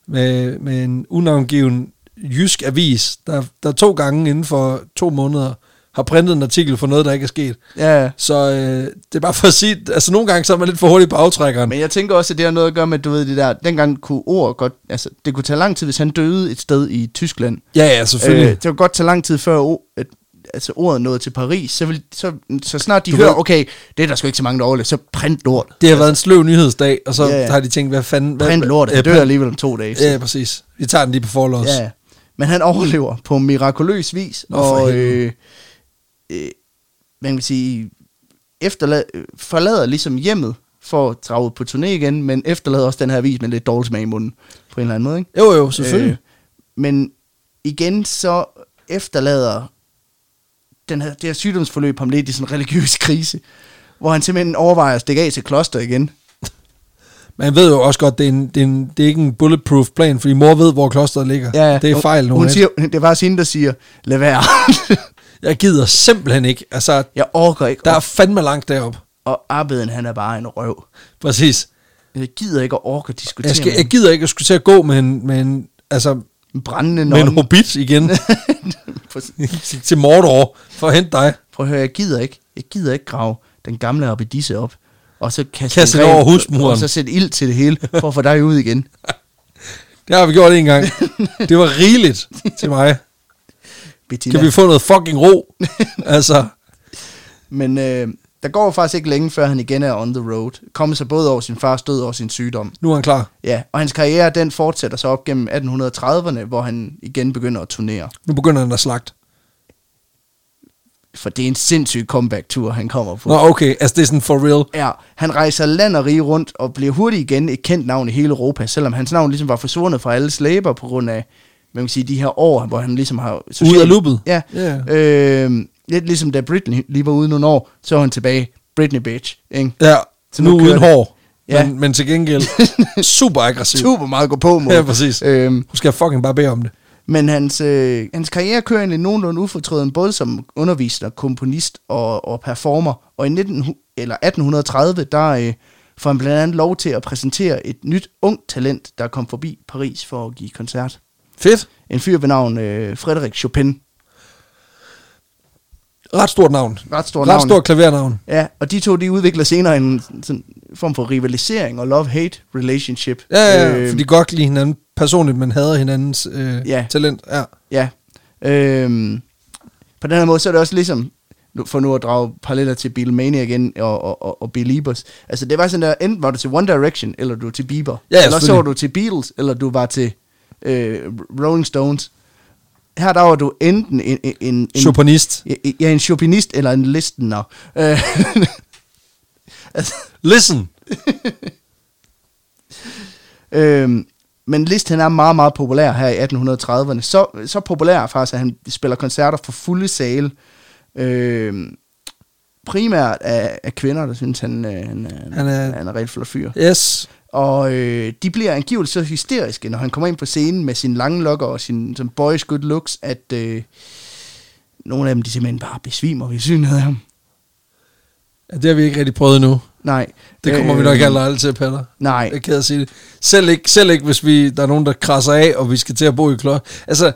Speaker 1: med, med en unavngiven jysk avis, der, der to gange inden for to måneder har printet en artikel for noget, der ikke er sket.
Speaker 2: Ja,
Speaker 1: Så øh, det er bare for at sige, altså nogle gange så er man lidt for hurtig på aftrækkeren.
Speaker 2: men jeg tænker også, at det har noget at gøre med, du ved det der, dengang kunne ord godt, altså det kunne tage lang tid, hvis han døde et sted i Tyskland. Øh,
Speaker 1: Ja, ja, selvfølgelig.
Speaker 2: det kunne godt tage lang tid før ord, at, altså ordet nåede til Paris, så, vil, så, så snart de
Speaker 1: Du
Speaker 2: hører,
Speaker 1: ved-
Speaker 2: okay, det er der sgu ikke så mange, der overlever, så print lort.
Speaker 1: det har været en sløv nyhedsdag, og så
Speaker 2: altså- Ja, ja.
Speaker 1: har de tænkt, hvad fanden... Hvad,
Speaker 2: Print lort,
Speaker 1: ja,
Speaker 2: det dør alligevel om to dage. så-
Speaker 1: Ja, præcis. Vi tager den lige på forlås.
Speaker 2: Ja, men han overlever på mirakuløs vis,
Speaker 1: Nå,
Speaker 2: Nå,
Speaker 1: for
Speaker 2: og
Speaker 1: helvede.
Speaker 2: øh, øh, man kan sige, efterla- øh, forlader ligesom hjemmet for at drage ud på turné igen, men efterlader også den her vis med lidt dårlig smag i munden, på en eller anden måde, ikke?
Speaker 1: Jo, jo, selvfølgelig.
Speaker 2: Øh, men igen så efterlader den her, det her sygdomsforløb ham lidt i sådan en religiøs *laughs* krise, hvor han simpelthen overvejer at stikke af til kloster igen.
Speaker 1: Man ved jo også godt, det er, en, det, er en, det er ikke en bulletproof plan, fordi mor ved, hvor klosteret ligger. Det er
Speaker 2: Hun-
Speaker 1: fejl
Speaker 2: hun
Speaker 1: nogen siger...
Speaker 2: siger, Det er faktisk hende, der siger, lad være. *laughs*
Speaker 1: Jeg gider simpelthen ikke. Altså,
Speaker 2: Jeg orker ikke
Speaker 1: der er fandme langt derop.
Speaker 2: og Abeden, han er bare en røv.
Speaker 1: Præcis.
Speaker 2: Jeg gider ikke at orke at diskutere
Speaker 1: Jeg, skal,
Speaker 2: med
Speaker 1: jeg gider ikke at skulle til at gå med en, med en, altså,
Speaker 2: en brændende
Speaker 1: med en
Speaker 2: nonne.
Speaker 1: hobbit igen
Speaker 2: *laughs*
Speaker 1: *laughs*
Speaker 2: Prøv-
Speaker 1: til Mordor for at hente dig.
Speaker 2: Prøv at høre, jeg gider ikke. Jeg gider ikke grave den gamle Abedisse op, og så kaste,
Speaker 1: Kaste
Speaker 2: en
Speaker 1: den
Speaker 2: ren-
Speaker 1: over husmuren.
Speaker 2: Og så sætte ild til det hele, for at få dig ud igen. *laughs*
Speaker 1: Det har vi gjort en gang. Det var rigeligt til mig.
Speaker 2: Bettina.
Speaker 1: Kan vi få noget fucking ro? Altså,
Speaker 2: Men øh, der går faktisk ikke længe, før han igen er on the road. Kommer sig både over sin fars død og over sin sygdom.
Speaker 1: nu er han klar.
Speaker 2: Ja, og hans karriere, den fortsætter så op gennem 1830'erne, hvor han igen begynder at turnere.
Speaker 1: Nu begynder han at slagte.
Speaker 2: For det er en sindssyg comeback-tur, han kommer på.
Speaker 1: Nå, okay. Altså, det er sådan for real.
Speaker 2: Ja, han rejser land og rige rundt og bliver hurtigt igen et kendt navn i hele Europa, selvom hans navn ligesom var forsvundet fra alle slæber på grund af, hvad man kan sige, de her år, hvor han ligesom har...
Speaker 1: Ude af loopet.
Speaker 2: Ja. Yeah. Øh, lidt ligesom da Britney lige var ude nogle år, så var han tilbage. Britney bitch, ikke?
Speaker 1: Ja,
Speaker 2: Så
Speaker 1: nu,
Speaker 2: nu
Speaker 1: nu
Speaker 2: kører
Speaker 1: uden
Speaker 2: det.
Speaker 1: hår. Ja.
Speaker 2: Ja.
Speaker 1: Men, men til
Speaker 2: *laughs*
Speaker 1: gengæld super aggressiv.
Speaker 2: Super meget at gå på
Speaker 1: *laughs*
Speaker 2: mod.
Speaker 1: Ja, præcis.
Speaker 2: Øhm,
Speaker 1: Nu skal jeg fucking bare bede om det.
Speaker 2: men hans, øh, hans karriere kører egentlig nogenlunde ufortrøden, både som underviser, komponist og, og performer. Og i 19, eller 1830, der øh, får han blandt andet lov til at præsentere et nyt ungt talent, der kom forbi Paris for at give koncert.
Speaker 1: Fedt.
Speaker 2: En fyr ved navn øh, Frederik Chopin.
Speaker 1: Ret stort navn.
Speaker 2: Ret stor
Speaker 1: Ret
Speaker 2: navn.
Speaker 1: stort klavernavn.
Speaker 2: Ja, og de to de udvikler senere en sådan, form for rivalisering og love-hate relationship.
Speaker 1: Ja, ja, øh, for de kan godt lide hinanden personligt, men hader hinandens øh, ja.
Speaker 2: Øhm. Ja.
Speaker 1: talent. Ja.
Speaker 2: Ja. Øhm, på den her måde, så er det også ligesom, nu- for nu at drage paralleller til Beatlemania igen og, og, og, og Beliebers. Altså det var sådan der, enten var du til One Direction, eller du var til Bieber.
Speaker 1: Ja,
Speaker 2: eller så
Speaker 1: selvfølgelig.
Speaker 2: var du til Beatles, eller du var til øh, Rolling Stones. Her der var du enten en, en, en, en
Speaker 1: Chopinist.
Speaker 2: Ja, en chopinist eller en listener. Øh, *laughs* altså,
Speaker 1: Listen.
Speaker 2: Øhm, men Liszt han er meget, meget populær her i 1830'erne. Så, så populær faktisk, at han spiller koncerter for fulde sale. Øhm, primært af, af kvinder, der synes, han, øh, han, han,
Speaker 1: Han
Speaker 2: han,
Speaker 1: er-
Speaker 2: er, han er rigtig flot fyr.
Speaker 1: Yes.
Speaker 2: Og øh, de bliver angiveligt så hysteriske, når han kommer ind på scenen med sine lange lokker og sin som boys good looks, at øh, nogle af dem de simpelthen bare besvimer ved synet af ham.
Speaker 1: Ja, Det har vi ikke rigtig prøvet endnu.
Speaker 2: Nej.
Speaker 1: Det kommer øh, vi nok heller aldrig til, Peter.
Speaker 2: Øhm. Nej.
Speaker 1: Jeg er ked af at sige det. Selv ikke, selv ikke hvis vi, der er nogen, der krasser af, og vi skal til at bo i klod. Altså,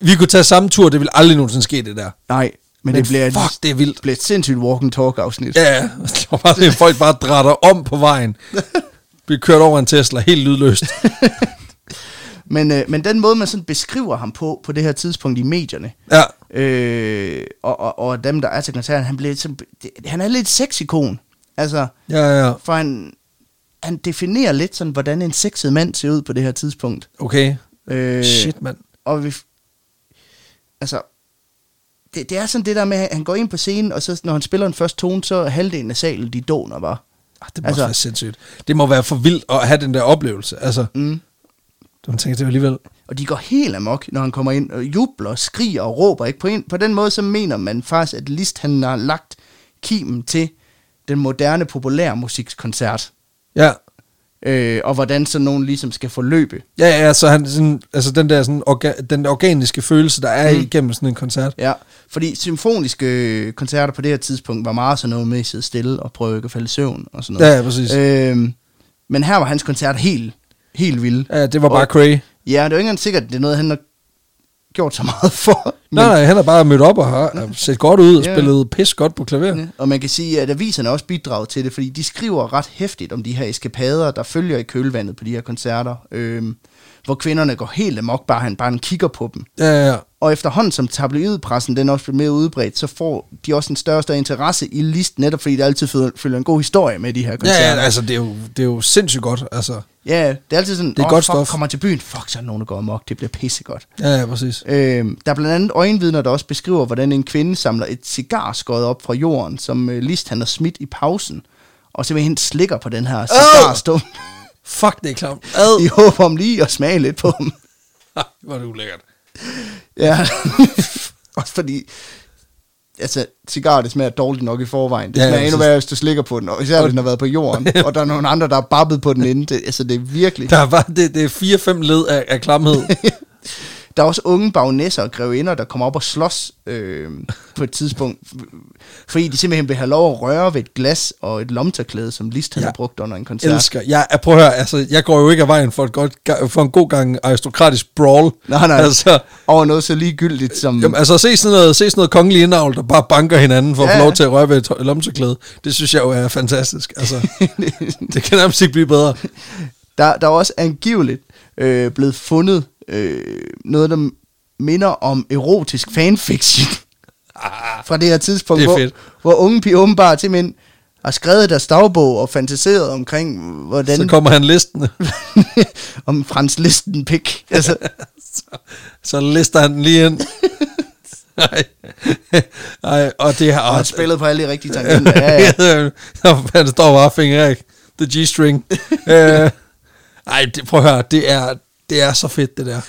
Speaker 1: vi kunne tage samme tur, det vil aldrig nogensinde ske, det der.
Speaker 2: Nej, men,
Speaker 1: Men
Speaker 2: det bliver,
Speaker 1: fuck,
Speaker 2: et,
Speaker 1: det er vildt.
Speaker 2: det bliver et sindssygt walk and talk afsnit.
Speaker 1: Ja, *laughs* ja. Det var bare det, folk bare drætter om på
Speaker 2: *laughs*
Speaker 1: vejen. Vi kørte over en Tesla, helt lydløst.
Speaker 2: Men, øh, men den måde, man sådan beskriver ham på, på det her tidspunkt i medierne,
Speaker 1: Ja,
Speaker 2: øh, og, og, og dem, der er til koncerten, han, bliver sådan, det, han er lidt sexikon. Altså,
Speaker 1: ja, ja.
Speaker 2: for han, han definerer lidt sådan, hvordan en sexet mand ser ud på det her tidspunkt.
Speaker 1: Okay.
Speaker 2: Øh,
Speaker 1: Shit, mand.
Speaker 2: Og vi, altså, det, det er sådan det der med, at han går ind på scenen, og så når han spiller en første tone, så er halvdelen af salen, de doner bare.
Speaker 1: Ah, det må altså,
Speaker 2: Altså-
Speaker 1: være sindssygt. Det må være for vildt at have den der oplevelse. Altså,
Speaker 2: Mm.
Speaker 1: man tænker det jo alligevel.
Speaker 2: Og de går helt amok, når han kommer ind og jubler, og skriger og råber. Ikke? På, en, på den måde, så mener man faktisk, at Liszt han har lagt kimen til den moderne populære musikkoncert.
Speaker 1: Ja,
Speaker 2: Øh, og hvordan sådan nogen ligesom skal forløbe.
Speaker 1: ja, ja så han, sådan, altså den der, sådan, orga, den der organiske følelse, der er mm.
Speaker 2: Mm.
Speaker 1: igennem sådan en koncert.
Speaker 2: Ja, fordi symfoniske øh, koncerter på det her tidspunkt var meget sådan noget med at sidde stille og prøve ikke at falde i søvn og sådan
Speaker 1: Ja,
Speaker 2: noget.
Speaker 1: ja præcis. Øh,
Speaker 2: Ja. Øhm, men her var hans koncert helt, helt vild.
Speaker 1: ja, det var bare
Speaker 2: og-
Speaker 1: cray.
Speaker 2: Ja, det er jo ikke engang sikkert, at det er noget, han har gjort så meget for.
Speaker 1: Nej, nej, han har bare mødt op og har har set godt ud og
Speaker 2: Ja.
Speaker 1: spillet pis godt på klaver.
Speaker 2: Ja. Og man kan sige, at aviserne også bidrager til det, fordi de skriver ret hæftigt om de her eskapader, der følger i kølvandet på de her koncerter, øhm, hvor kvinderne går helt amok, bare han, bare han kigger på dem.
Speaker 1: Ja, ja, ja.
Speaker 2: Og efterhånden som tabloidpressen den også bliver mere udbredt, så får de også en større og større interesse i listen, netop fordi der altid følger- følger en god historie med de her koncerter.
Speaker 1: Ja, ja, altså det er, jo, det er jo sindssygt godt, altså.
Speaker 2: ja det er altid sådan,
Speaker 1: Det er
Speaker 2: "Åh,
Speaker 1: godt
Speaker 2: fuck,
Speaker 1: stof."
Speaker 2: kommer til byen, fuck, så er der nogen, der går amok, det bliver pissegodt.
Speaker 1: Ja, ja, præcis.
Speaker 2: Øh, der er blandt andet øjenvidner, der også beskriver, hvordan en kvinde samler et cigarskod op fra jorden, som øh, List han har smidt i pausen, og simpelthen slikker på den her cigarstum,
Speaker 1: Fuck, det er klamt. *laughs*
Speaker 2: oh. *laughs* i
Speaker 1: Ad.
Speaker 2: håb om lige at smage lidt på
Speaker 1: *laughs*
Speaker 2: dem.
Speaker 1: Ah, Hvor er det ulækkert.
Speaker 2: ja, *laughs* også fordi, altså, cigarer, det smager dårligt nok i forvejen. Det
Speaker 1: Ja, ja,
Speaker 2: smager ja, endnu
Speaker 1: præcis.
Speaker 2: værre, hvis du slikker på den, og især hvis den har været på
Speaker 1: *laughs*
Speaker 2: jorden, og der er nogle andre, der har babbet på den inden. Det, altså, det er virkelig...
Speaker 1: Der er bare, det, det er fire-fem led af, af
Speaker 2: *laughs*
Speaker 1: klamhed.
Speaker 2: Der er også unge bagnæsser og grevinder, der kommer op og slås øh, på et tidspunkt, fordi de simpelthen vil have lov at røre ved et glas og et lomterklæde, som Liszt han
Speaker 1: Ja.
Speaker 2: ja. har brugt under en koncert.
Speaker 1: elsker. Jeg, jeg prøv at høre, altså, jeg går jo ikke af vejen for, et godt, ga- for en god gang aristokratisk brawl.
Speaker 2: Nej, Mm. nej.
Speaker 1: Altså,
Speaker 2: Over noget så ligegyldigt som...
Speaker 1: jamen, altså se, sådan noget, se sådan noget kongelig indavl, der bare banker hinanden for ja. at
Speaker 2: Ja,
Speaker 1: få lov
Speaker 2: ja.
Speaker 1: til at røre ved et tø- lomteklæde. Det synes jeg jo er fantastisk.
Speaker 2: *laughs*
Speaker 1: Altså, det kan nærmest ikke blive bedre.
Speaker 2: der, der er også angiveligt øh, blevet fundet øh, noget, der minder om erotisk fanfiction
Speaker 1: Ah,
Speaker 2: fra det her tidspunkt,
Speaker 1: Det er
Speaker 2: hvor,
Speaker 1: fedt.
Speaker 2: hvor unge piger åbenbart simpelthen har skrevet deres dagbog og fantaseret omkring,
Speaker 1: så
Speaker 2: hvordan...
Speaker 1: kommer han listende.
Speaker 2: *laughs* om Frans Listen pik. Altså,
Speaker 1: Så lister han den lige
Speaker 2: *laughs*
Speaker 1: ind. Nej. *laughs* Nej, og det her...
Speaker 2: og har spillet på alle de rigtige tangenter.
Speaker 1: *laughs*
Speaker 2: Ja, ja.
Speaker 1: Han står bare og fingrer, ikke? The *laughs* G-string. øh, ej, det, prøv at høre, det er, det er så fedt, det der.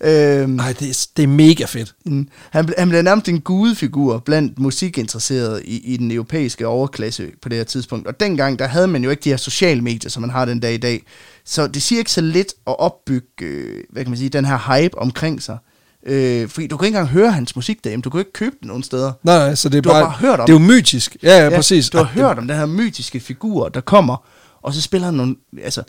Speaker 2: Øhm,
Speaker 1: Nej, det, er- det er mega fedt.
Speaker 2: mm. han, ble- han blev nærmest en gudefigur blandt musikinteresserede i, i den europæiske overklasse på det her tidspunkt. Og dengang, der havde man jo ikke de her sociale medier, som man har den dag i dag. Så det siger ikke så lidt at opbygge, øh, hvad kan man sige, den her hype omkring sig. Øh, fordi du kan ikke engang høre hans musik derhjemme. Du kan jo ikke købe den nogen steder.
Speaker 1: Nej, nej, så det er
Speaker 2: Du har
Speaker 1: bare,
Speaker 2: bare hørt om
Speaker 1: det er jo mytisk. Ja, ja, ja præcis.
Speaker 2: Du har
Speaker 1: Ah,
Speaker 2: hørt om den her mytiske figur, der kommer, og så spiller han nogle... Altså,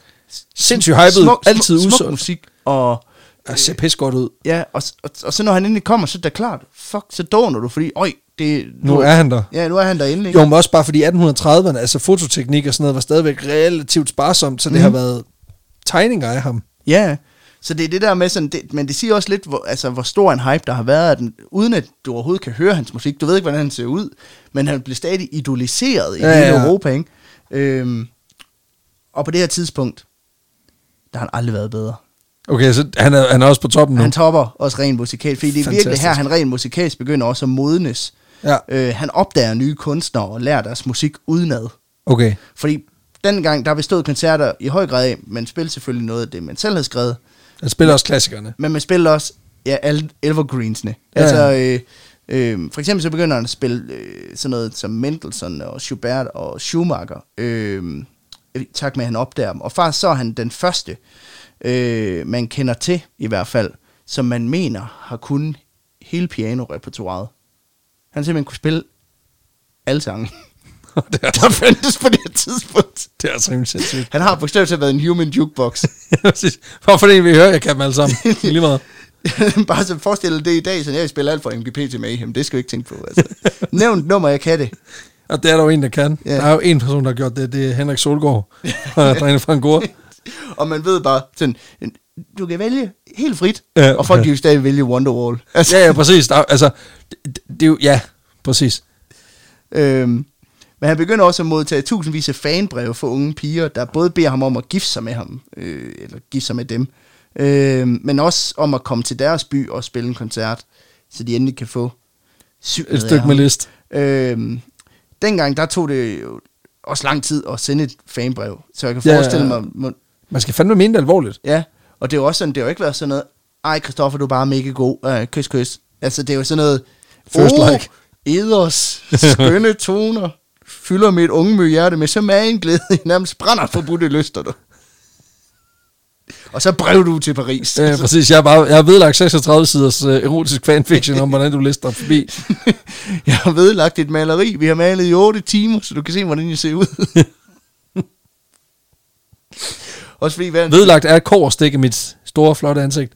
Speaker 1: Sindssygt hypet,
Speaker 2: smuk-
Speaker 1: altid
Speaker 2: smuk, smuk
Speaker 1: udsolgt.
Speaker 2: musik, og...
Speaker 1: Det ser pisse godt ud.
Speaker 2: Ja, og, s- og, og så når han endelig kommer, så er det da klart, fuck, så dåner du, fordi, øj, det...
Speaker 1: Nu er han der.
Speaker 2: Ja, nu er han der endelig.
Speaker 1: Jo, men også bare fordi 1830'erne, altså fototeknik og sådan noget, var stadigvæk relativt sparsomt, så det mm.
Speaker 2: Mhm.
Speaker 1: har været tegninger af ham.
Speaker 2: Ja, så det er det der med sådan, det, men det siger også lidt, hvor, altså, hvor stor en hype der har været, af den, uden at du overhovedet kan høre hans musik. Du ved ikke, hvordan han ser ud, men han bliver stadig idoliseret i
Speaker 1: Ja,
Speaker 2: ja, hele
Speaker 1: ja.
Speaker 2: ja. Europa, ikke? Øhm, og på det her tidspunkt, der har han aldrig været bedre.
Speaker 1: Okay, så han er, han er også på toppen nu.
Speaker 2: Han topper også rent musikalt, fordi det er virkelig
Speaker 1: Fantastisk.
Speaker 2: her, han rent musikalt begynder også at modnes.
Speaker 1: Ja,
Speaker 2: Øh, han opdager nye kunstnere og lærer deres musik udenad.
Speaker 1: okay.
Speaker 2: Fordi dengang, der bestod koncerter i høj grad af, man spillede selvfølgelig noget af det, man selv havde skrevet,
Speaker 1: *laughs* Han spiller også klassikerne.
Speaker 2: men man spillede også ja, alle evergreensene.
Speaker 1: Ja,
Speaker 2: Ja. Altså øh, Øhm, for eksempel så begynder han at spille øh, sådan noget som Mendelssohn og Schubert og Schumacher, øhm, i takt med at han opdager dem. Og faktisk så er han den første, øh, man kender til i hvert fald, som man mener har kun hele pianorepertoireet. Han har simpelthen kunne spille alle sange, *laughs*
Speaker 1: det, er,
Speaker 2: der fandtes på det her tidspunkt.
Speaker 1: det er altså rimelig *laughs* sindssygt.
Speaker 2: Han har bogstaveligt talt været en human jukebox.
Speaker 1: Præcis. Hvorfor det vi hører, jeg kan dem alle *laughs* sammen. Det er Lige meget.
Speaker 2: *laughs* Bare så forestil dig det i dag, så jeg spiller alt fra MGP til Mayhem. Det skal vi ikke tænke på.
Speaker 1: *laughs*
Speaker 2: Altså. Nævn et nummer, jeg kan det.
Speaker 1: Og det er der jo en, der kan.
Speaker 2: Ja.
Speaker 1: Der er jo en person, der har gjort det. Det er Henrik
Speaker 2: *laughs*
Speaker 1: Solgaard, og drengene fra Angora.
Speaker 2: Og man ved bare sådan, du kan vælge helt frit,
Speaker 1: Ja,
Speaker 2: ja, og folk
Speaker 1: ja.
Speaker 2: kan jo stadig vælge Wonderwall. Altså,
Speaker 1: Ja, ja, præcis. Der, er- altså, det, det- det, er jo, ja, præcis.
Speaker 2: øhm, men han begynder også at modtage tusindvis af fanbreve fra unge piger, der både beder ham om at gifte sig med ham, øh, eller gifte sig med dem, øh, men også om at komme til deres by og spille en koncert, så de endelig kan få synet
Speaker 1: Et
Speaker 2: af
Speaker 1: stykke med
Speaker 2: ham.
Speaker 1: list.
Speaker 2: Øhm, dengang, der tog det jo også lang tid at sende et fanbrev, så jeg kan
Speaker 1: Ja, ja,
Speaker 2: forestille
Speaker 1: ja.
Speaker 2: mig... Må,
Speaker 1: Man skal fandme mene det
Speaker 2: *laughs*
Speaker 1: alvorligt.
Speaker 2: ja, og det er jo også sådan, det har jo ikke været sådan noget, ej Kristoffer, du er bare mega god, øh, kys, kys. Altså, det er jo sådan noget,
Speaker 1: First
Speaker 2: "Åh,
Speaker 1: like." *laughs*
Speaker 2: eders, skønne toner, fylder mit unge hjerte med så meget glæde, jeg nærmest brænder for budte lyster du. Og så brev du til Paris. Altså,
Speaker 1: Ja, præcis. Jeg har, bare, jeg har vedlagt 36 siders øh, erotisk fanfiction om, hvordan du lister forbi.
Speaker 2: *laughs* Jeg har vedlagt et maleri, vi har malet i 8 timer, så du kan se, hvordan jeg
Speaker 1: *laughs*
Speaker 2: ser ud. Også fordi, hvad
Speaker 1: Vedlagt er kårstikke mit store, flotte
Speaker 2: *laughs*
Speaker 1: ansigt.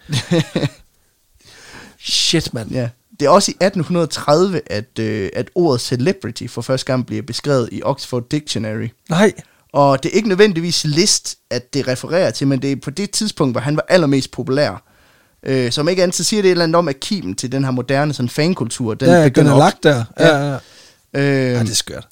Speaker 1: Shit, mand.
Speaker 2: Ja. Det er også i 1830, at, øh, at ordet celebrity for første gang bliver beskrevet i Oxford Dictionary.
Speaker 1: Nej.
Speaker 2: Og det er ikke nødvendigvis list, at det refererer til, men det er på det tidspunkt, hvor han var allermest populær. Øh, som ikke andet, så siger det et eller andet om, at kimen til den her moderne sådan, fankultur, den
Speaker 1: Den, ja, den
Speaker 2: begynder
Speaker 1: er
Speaker 2: op.
Speaker 1: lagt der. Ja, ja, ja.
Speaker 2: Øh,
Speaker 1: ja det er skørt.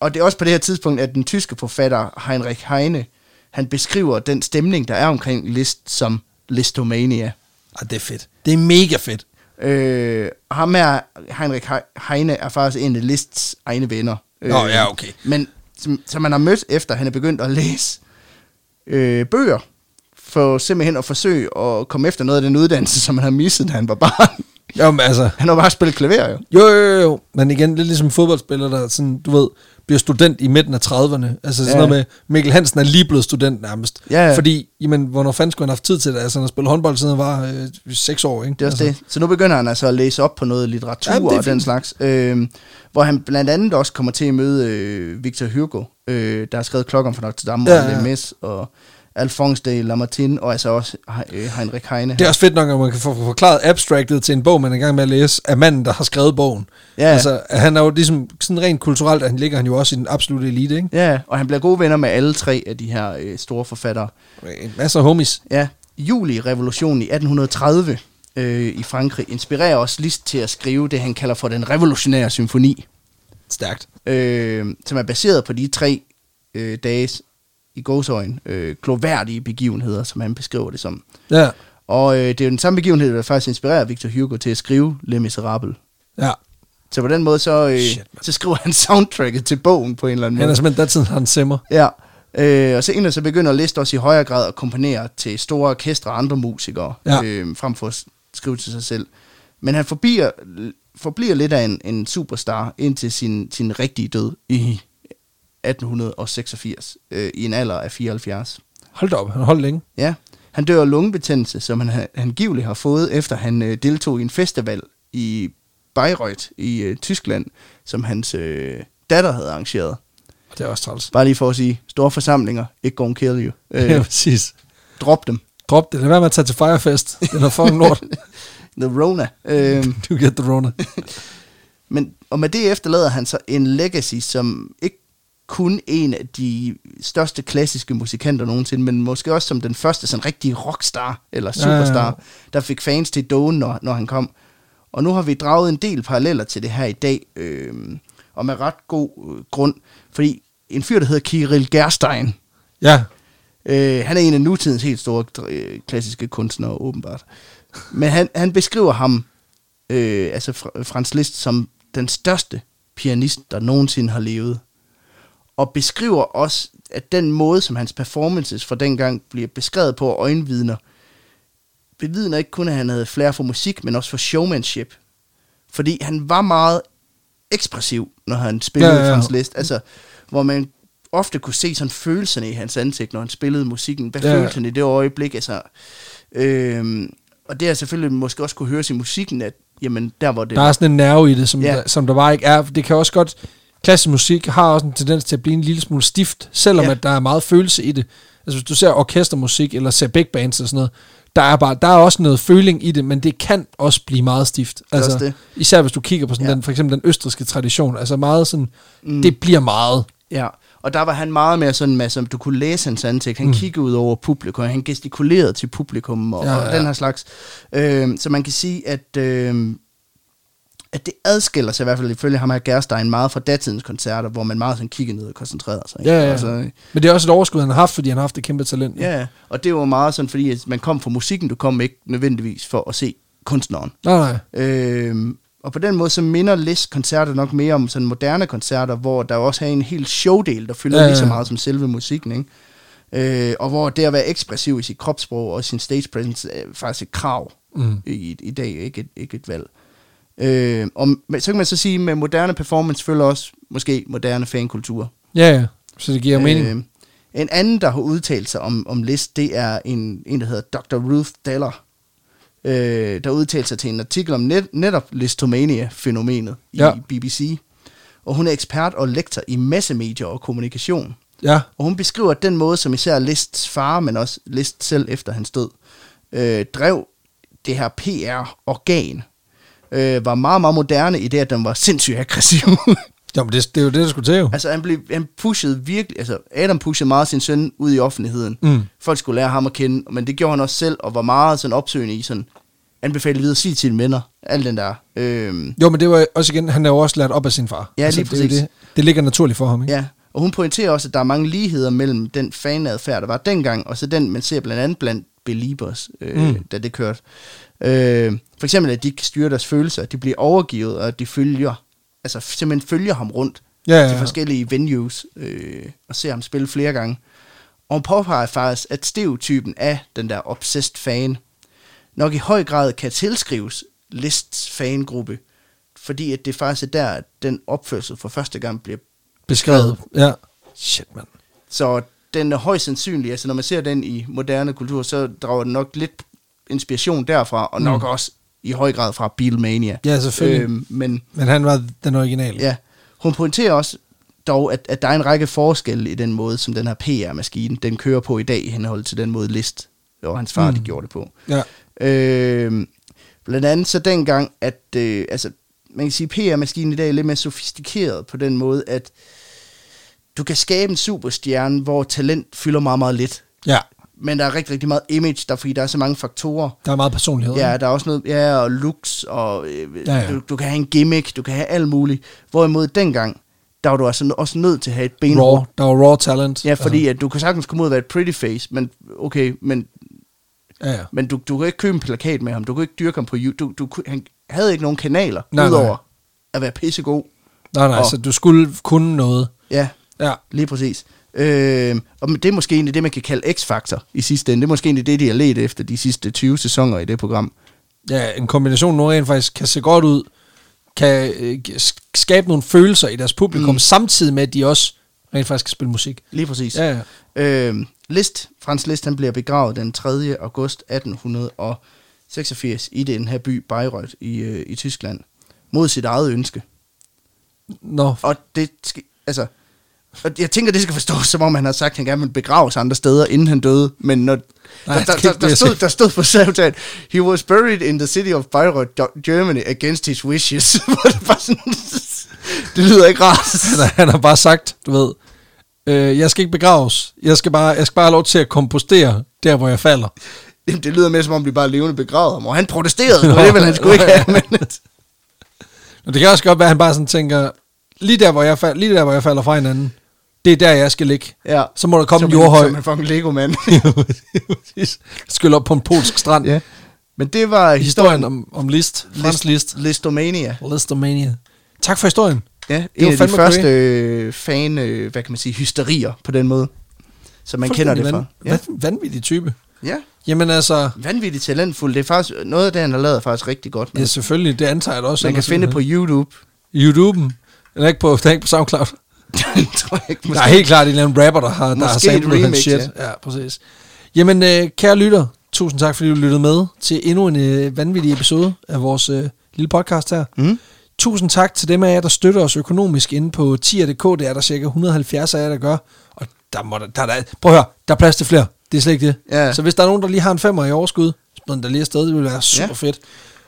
Speaker 2: Og det er også på det her tidspunkt, at den tyske forfatter Heinrich Heine, han beskriver den stemning, der er omkring list som listomania.
Speaker 1: Ja, det er fedt. Det er mega fedt.
Speaker 2: Øh, ham her, Heinrich He- Heine, er faktisk en af Lists egne venner. Øh,
Speaker 1: Nå, ja, okay.
Speaker 2: Men som, som man har mødt efter, han er begyndt at læse øh, bøger, for simpelthen at forsøge at komme efter noget af den uddannelse, som han har misset, da han var barn. *laughs*
Speaker 1: Jo, men altså.
Speaker 2: Han har bare spillet klaver, jo.
Speaker 1: Jo, jo, jo, jo. Men igen, lidt ligesom fodboldspillere, der sådan, du ved, bliver student i midten af 30'erne. Altså sådan
Speaker 2: Ja.
Speaker 1: ja. noget med, Mikkel Hansen er lige blevet student nærmest.
Speaker 2: Ja, ja.
Speaker 1: Fordi, jamen, hvornår fanden skulle han have haft tid til det? Altså, han har spillet håndbold siden han var øh, 6 år, ikke?
Speaker 2: Det er også
Speaker 1: altså.
Speaker 2: det. Så nu begynder han altså at læse op på noget litteratur
Speaker 1: Jamen,
Speaker 2: Jamen,
Speaker 1: det er
Speaker 2: og den
Speaker 1: fint.
Speaker 2: slags. Øh, hvor han blandt andet også kommer til at møde øh, Victor Hugo, øh, der har skrevet Klokken fra Notre Dame
Speaker 1: Ja,
Speaker 2: ja,
Speaker 1: ja.
Speaker 2: og Lemes og Alphonse de Lamartine, og altså også øh, Heinrich Heine.
Speaker 1: Det er også fedt nok, at man kan få få forklaret abstractet til en bog, man er i gang med at læse, af manden, der har skrevet bogen.
Speaker 2: Ja.
Speaker 1: Altså, han er jo ligesom, sådan rent kulturelt, han ligger han jo også i den absolute elite, ikke?
Speaker 2: Ja, og han bliver gode venner med alle tre af de her øh, store forfattere.
Speaker 1: Masser af homies.
Speaker 2: Ja, juli-revolutionen i 1830 øh, i Frankrig inspirerer også Liszt til at skrive det, han kalder for den revolutionære symfoni,
Speaker 1: Stærkt.
Speaker 2: øh, som er baseret på de tre øh, dages, i gåsøjen, øh, gloværdige begivenheder, som han beskriver det som.
Speaker 1: Ja,
Speaker 2: Og øh, det er jo den samme begivenhed, der faktisk inspirerer Victor Hugo til at skrive Les Misérables.
Speaker 1: ja.
Speaker 2: Så på den måde, så, øh,
Speaker 1: Shit, mand.
Speaker 2: så skriver han soundtracket til bogen på en eller anden måde.
Speaker 1: Han er simpelthen datiden, han simmer.
Speaker 2: Ja, øh, og senere så begynder Liszt også i højere grad at komponere til store orkestre og andre musikere,
Speaker 1: Ja.
Speaker 2: ja. øh, frem for at skrive til sig selv. Men han forbliver, forbliver lidt af en, en superstar indtil sin, sin rigtige død i 1886, øh, i en alder af 74.
Speaker 1: Hold da op, han holdt længe.
Speaker 2: Ja, han dør af lungebetændelse, som han ha- angiveligt har fået, efter han øh, deltog i en festival i Bayreuth i øh, Tyskland, som hans øh, datter havde arrangeret.
Speaker 1: Det er også træls.
Speaker 2: Bare lige for at sige, store forsamlinger, ikke gonna kill you.
Speaker 1: Øh. *laughs* Ja,
Speaker 2: Øh,
Speaker 1: præcis.
Speaker 2: drop dem.
Speaker 1: Drop det. Lad være med at tage til Firefest. Det er noget fucking
Speaker 2: *laughs*
Speaker 1: lort.
Speaker 2: The Rona. Øh,
Speaker 1: Du get the runner.
Speaker 2: men, og med det efterlader han så en legacy, som ikke kun en af de største klassiske musikanter nogensinde, men måske også som den første sådan rigtige rockstar, eller superstar,
Speaker 1: Ja,
Speaker 2: ja,
Speaker 1: ja,
Speaker 2: ja. der fik fans til dogen, når, når han kom. Og nu har vi draget en del paralleller til det her i dag, øh, og med ret god øh, grund, fordi en fyr, der hedder Kirill Gerstein,
Speaker 1: Ja.
Speaker 2: Øh, han er en af nutidens helt store øh, klassiske kunstnere, åbenbart. Men han, han beskriver ham, øh, altså Fr- Franz Liszt, som den største pianist, der nogensinde har levet. Og beskriver også, at den måde, som hans performances fra dengang bliver beskrevet på af øjenvidner, bevidner ikke kun, at han havde flere for musik, men også for showmanship. Fordi han var meget ekspressiv, når han spillede
Speaker 1: Ja,
Speaker 2: ja,
Speaker 1: ja,
Speaker 2: ja,
Speaker 1: ja.
Speaker 2: Franz Liszt. Altså, hvor man ofte kunne se sådan følelserne i hans ansigt, når han spillede musikken. Hvad
Speaker 1: Ja,
Speaker 2: ja,
Speaker 1: ja.
Speaker 2: følte han i det øjeblik? Altså, øhm, og det har selvfølgelig måske også kunne høres i musikken, at jamen, der hvor det
Speaker 1: Der er sådan en nerve i det, som,
Speaker 2: Ja.
Speaker 1: yeah. der, som der bare ikke er. Det kan også godt... Klassisk musik har også en tendens til at blive en lille smule stift, selvom
Speaker 2: Ja.
Speaker 1: yeah. at der er meget følelse i det. Altså hvis du ser orkestermusik, eller ser big bands og sådan noget, der er, bare, der er også noget føling i det, men det kan også blive meget stift.
Speaker 2: er
Speaker 1: Altså,
Speaker 2: også det.
Speaker 1: Især hvis du kigger på sådan
Speaker 2: Ja.
Speaker 1: den, for eksempel den østriske tradition. Altså meget sådan, mm. det bliver meget.
Speaker 2: Ja, og der var han meget mere sådan med, som du kunne læse hans ansigt. Han mm. kiggede ud over publikum, han gestikulerede til publikum og,
Speaker 1: Ja,
Speaker 2: ja,
Speaker 1: ja,
Speaker 2: ja.
Speaker 1: ja.
Speaker 2: og den her slags. Øhm, så man kan sige, at, øhm, at det adskiller sig i hvert fald ifølge ham her Gerstein meget fra datidens koncerter, hvor man meget sådan kigger ned og koncentrerer sig. ikke?
Speaker 1: Ja, ja.
Speaker 2: Altså,
Speaker 1: Altså, men det er også et overskud, han har haft, fordi han har haft et kæmpe talent.
Speaker 2: ja, ja. og det var meget sådan, fordi at man kom fra musikken, du kom ikke nødvendigvis for at se kunstneren.
Speaker 1: Nej, nej.
Speaker 2: Øhm, og på den måde, så minder Liszt koncerter nok mere om sådan moderne koncerter, hvor der også er en helt showdel, der fylder
Speaker 1: Ja,
Speaker 2: ja,
Speaker 1: ja,
Speaker 2: lige så
Speaker 1: ja.
Speaker 2: meget som selve musikken, ikke? Øh, og hvor det at være ekspressiv i sit kropssprog og sin stage presence er faktisk et krav
Speaker 1: Mm.
Speaker 2: i, i dag, ikke et, ikke et valg. Øh, og men så kan man så sige, at med moderne performance følger også måske moderne fankultur.
Speaker 1: Ja, ja. Så det giver øh, mening.
Speaker 2: Øh, en anden, der har udtalt sig om, om List, det er en, en, der hedder Dr. Ruth Deller, øh, der udtalte sig til en artikel om net, netop listomania-fænomenet i
Speaker 1: Ja.
Speaker 2: ja. BBC. Og hun er ekspert og lektor i massemedier og kommunikation.
Speaker 1: Ja.
Speaker 2: Og hun beskriver den måde, som især Lists far, men også List selv efter hans død, øh, drev det her PR-organ. Øh, var meget, meget moderne i det, at den var sindssygt aggressiv. *laughs*
Speaker 1: Jamen, det, det er jo det, der skulle til jo.
Speaker 2: Altså, han, blev, han pushede virkelig, altså Adam pushede meget sin søn ud i offentligheden.
Speaker 1: Mm.
Speaker 2: Folk skulle lære ham at kende, men det gjorde han også selv, og var meget sådan opsøgende i sådan, anbefalede videre at sige til sine venner, alt den der. Øhm,
Speaker 1: Jo, men det var også igen, han er jo også lært op af sin far. Altså,
Speaker 2: Ja, lige
Speaker 1: det, er jo
Speaker 2: præcis.
Speaker 1: det, det ligger naturligt for ham, ikke?
Speaker 2: ja. Og hun pointerer også, at der er mange ligheder mellem den fanadfærd, der var dengang, og så den, man ser blandt andet blandt Beliebers, øh,
Speaker 1: Mm.
Speaker 2: mm. da det kørte. Øh, for eksempel, at de ikke styrer deres følelser, at de bliver overgivet, og at de følger, altså simpelthen følger ham rundt.
Speaker 1: Ja, ja,
Speaker 2: til
Speaker 1: ja.
Speaker 2: forskellige venues øh, og ser ham spille flere gange. Og hun påpeger faktisk, at stereotypen af den der obsessed fan nok i høj grad kan tilskrives Lists fangruppe, fordi at det faktisk er der, at den opførsel for første gang bliver...
Speaker 1: Beskrevet. Ja. Shit, mand.
Speaker 2: Så den er højst sandsynlig, altså når man ser den i moderne kultur, så drager den nok lidt inspiration derfra, og nok
Speaker 1: Mm.
Speaker 2: mm. også i høj grad fra Beatlemania.
Speaker 1: Ja, selvfølgelig. Øhm.
Speaker 2: men
Speaker 1: Men han var den originale.
Speaker 2: Ja, hun pointerer også dog, at, at der er en række forskelle i den måde, som den her PR-maskine, den kører på i dag, i henhold til den måde List og hans far,
Speaker 1: Mm.
Speaker 2: mm. de gjorde det på.
Speaker 1: ja.
Speaker 2: Øh, blandt andet så dengang, at øh, altså, man kan sige, PR-maskinen i dag er lidt mere sofistikeret på den måde, at du kan skabe en superstjerne, hvor talent fylder meget, meget lidt.
Speaker 1: ja.
Speaker 2: Men der er rigtig, rigtig meget image, der, fordi der er så mange faktorer,
Speaker 1: Der er meget personlighed.
Speaker 2: Ja,
Speaker 1: ikke?
Speaker 2: der er også noget, ja, og looks, og øh,
Speaker 1: Ja,
Speaker 2: ja,
Speaker 1: ja.
Speaker 2: ja. Du, du kan have en gimmick, du kan have alt muligt. Hvorimod dengang, der var du altså også nødt til at have et ben.
Speaker 1: raw. Der var raw talent.
Speaker 2: Ja, fordi
Speaker 1: Altså,
Speaker 2: at du kan sagtens komme ud og være et pretty face, men okay, men,
Speaker 1: Altså, ja, ja.
Speaker 2: men du, du kan ikke købe en plakat med ham, du kan ikke dyrke ham på YouTube, du, du, han havde ikke nogen kanaler,
Speaker 1: Nej,
Speaker 2: nej,
Speaker 1: nej.
Speaker 2: udover nej. at være pissegod.
Speaker 1: Nej, nej,
Speaker 2: Og-
Speaker 1: så du skulle kunne noget.
Speaker 2: Ja,
Speaker 1: Ja.
Speaker 2: lige præcis. Øh, og det er måske egentlig det, man kan kalde X-faktor i sidste ende. Det er måske egentlig det, de har let efter de sidste 20 sæsoner i det program.
Speaker 1: ja, en kombination, hvor rent faktisk kan se godt ud, kan øh, sk- skabe nogle følelser i deres publikum, mm.
Speaker 2: Mm.
Speaker 1: samtidig med, at de også rent faktisk kan spille musik.
Speaker 2: Lige præcis.
Speaker 1: Ja, ja.
Speaker 2: Øh, List, Frans List, han bliver begravet den 3. august 1886 i den her by Bayreuth i, øh, i Tyskland, mod sit eget ønske.
Speaker 1: Nå,
Speaker 2: Og det skal, altså, og jeg tænker, det skal forstås, som om han har sagt, at han gerne ville begraves andre steder, inden han døde. Men når,
Speaker 1: Nej,
Speaker 2: Nej,
Speaker 1: det
Speaker 2: der, der,
Speaker 1: kan
Speaker 2: der,
Speaker 1: ikke
Speaker 2: der,
Speaker 1: blive
Speaker 2: stod,
Speaker 1: set.
Speaker 2: der stod på samtalen, he was buried in the city of Bayreuth, Do- Germany, against his wishes. *laughs* Hvor det, bare sådan, det lyder ikke rart.
Speaker 1: *laughs* han, har- han har bare sagt, du ved, øh, jeg skal ikke begraves, jeg skal, bare, jeg skal bare have lov til at kompostere der, hvor jeg falder.
Speaker 2: Jamen, det lyder mere som om, de bare levende begravede ham, og han protesterede,
Speaker 1: Nå.
Speaker 2: og
Speaker 1: *laughs*
Speaker 2: det ville han sgu ikke have. Men,
Speaker 1: Og det kan også godt være, at han bare sådan tænker, lige der, hvor jeg, fal- lige der, hvor jeg falder fra hinanden, det er der, jeg skal ligge.
Speaker 2: ja.
Speaker 1: Så må der komme en
Speaker 2: som
Speaker 1: jordhøj.
Speaker 2: Som en fucking
Speaker 1: *laughs*
Speaker 2: Lego-mand.
Speaker 1: Skyld op på en polsk strand.
Speaker 2: ja. Men det var
Speaker 1: Historien om, om List. Frans List.
Speaker 2: Listomania.
Speaker 1: Listomania. Tak for historien.
Speaker 2: Ja,
Speaker 1: var
Speaker 2: en af de
Speaker 1: fandme
Speaker 2: første øh, fan, øh, hvad kan man sige, hysterier på den måde, som man kender det
Speaker 1: Fuldstændig
Speaker 2: fra.
Speaker 1: van-
Speaker 2: Ja.
Speaker 1: van- Vanvittig type.
Speaker 2: Ja,
Speaker 1: Jamen altså,
Speaker 2: vanvittigt talentfuld. Det er faktisk noget af det, han har lavet, er faktisk rigtig godt.
Speaker 1: ja, selvfølgelig, det antager jeg da også.
Speaker 2: man kan
Speaker 1: ellers
Speaker 2: finde
Speaker 1: ville
Speaker 2: på YouTube. *laughs*
Speaker 1: han- YouTube'en. Den er ikke på, den er ikke på SoundCloud.
Speaker 2: Det tror jeg ikke,
Speaker 1: Der er helt klart en eller anden rapper, der har, der har
Speaker 2: Måske et
Speaker 1: samlet hans
Speaker 2: remix,
Speaker 1: shit. Ja. ja, præcis. Jamen, øh, kære lytter, tusind tak, fordi du lyttede med til endnu en øh, vanvittig episode af vores øh, lille podcast her.
Speaker 2: Mm.
Speaker 1: Tusind tak til dem af jer, der støtter os økonomisk inde på tier.dk. Det er der cirka 170 af jer, der gør. Og der må der, der, der, prøv at høre, der er plads til flere. Det er slet ikke det.
Speaker 2: Ja.
Speaker 1: Så hvis der er nogen, der lige har en femmer i overskud, sådan der lige er afsted, det vil være super
Speaker 2: Ja.
Speaker 1: fedt.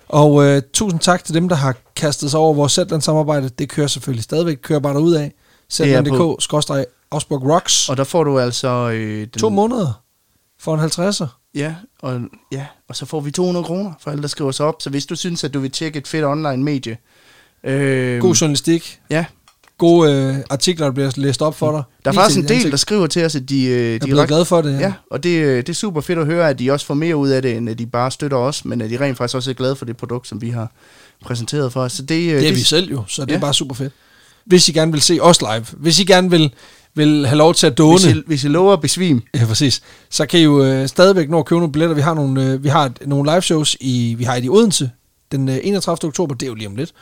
Speaker 1: Og øh, tusind tak til dem, der har kastet sig over vores Zetland-samarbejde. Det kører selvfølgelig stadigvæk. Kører bare derud af.
Speaker 2: på-
Speaker 1: Zetland.dk, skorstræk, Augsburg Rocks. Og
Speaker 2: Og der får du altså... Øh, den,
Speaker 1: to måneder for en 50'er.
Speaker 2: Ja og, ja, og så får vi 200 kroner for alle, der skriver sig op. Så hvis du synes, at du vil tjekke et fedt online medie... Øh,
Speaker 1: God journalistik.
Speaker 2: Ja,
Speaker 1: Gode øh, artikler, der bliver læst op for dig.
Speaker 2: Mm. der er
Speaker 1: Lige
Speaker 2: faktisk
Speaker 1: til
Speaker 2: en
Speaker 1: dit
Speaker 2: del,
Speaker 1: ansigt.
Speaker 2: der skriver til os, at de... Øh, de
Speaker 1: Jeg er blevet glad for det.
Speaker 2: Ja. ja, og det, øh, det er super fedt at høre, at de også får mere ud af det, end at de bare støtter os, men at de rent faktisk også er glade for det produkt, som vi har præsenteret for os. Så det, øh,
Speaker 1: Det er vi selv jo, så det ja. er
Speaker 2: Ja.
Speaker 1: bare super fedt. Hvis I gerne vil se os live, hvis I gerne vil, vil have lov til at dåne,
Speaker 2: hvis, I, hvis I lover at besvime,
Speaker 1: ja, præcis, så kan I jo øh, stadigvæk nå at købe nogle billetter. Vi har nogle, øh, vi har et, nogle live shows i, vi har et i Odense den øh, 31. oktober, det er jo lige om lidt.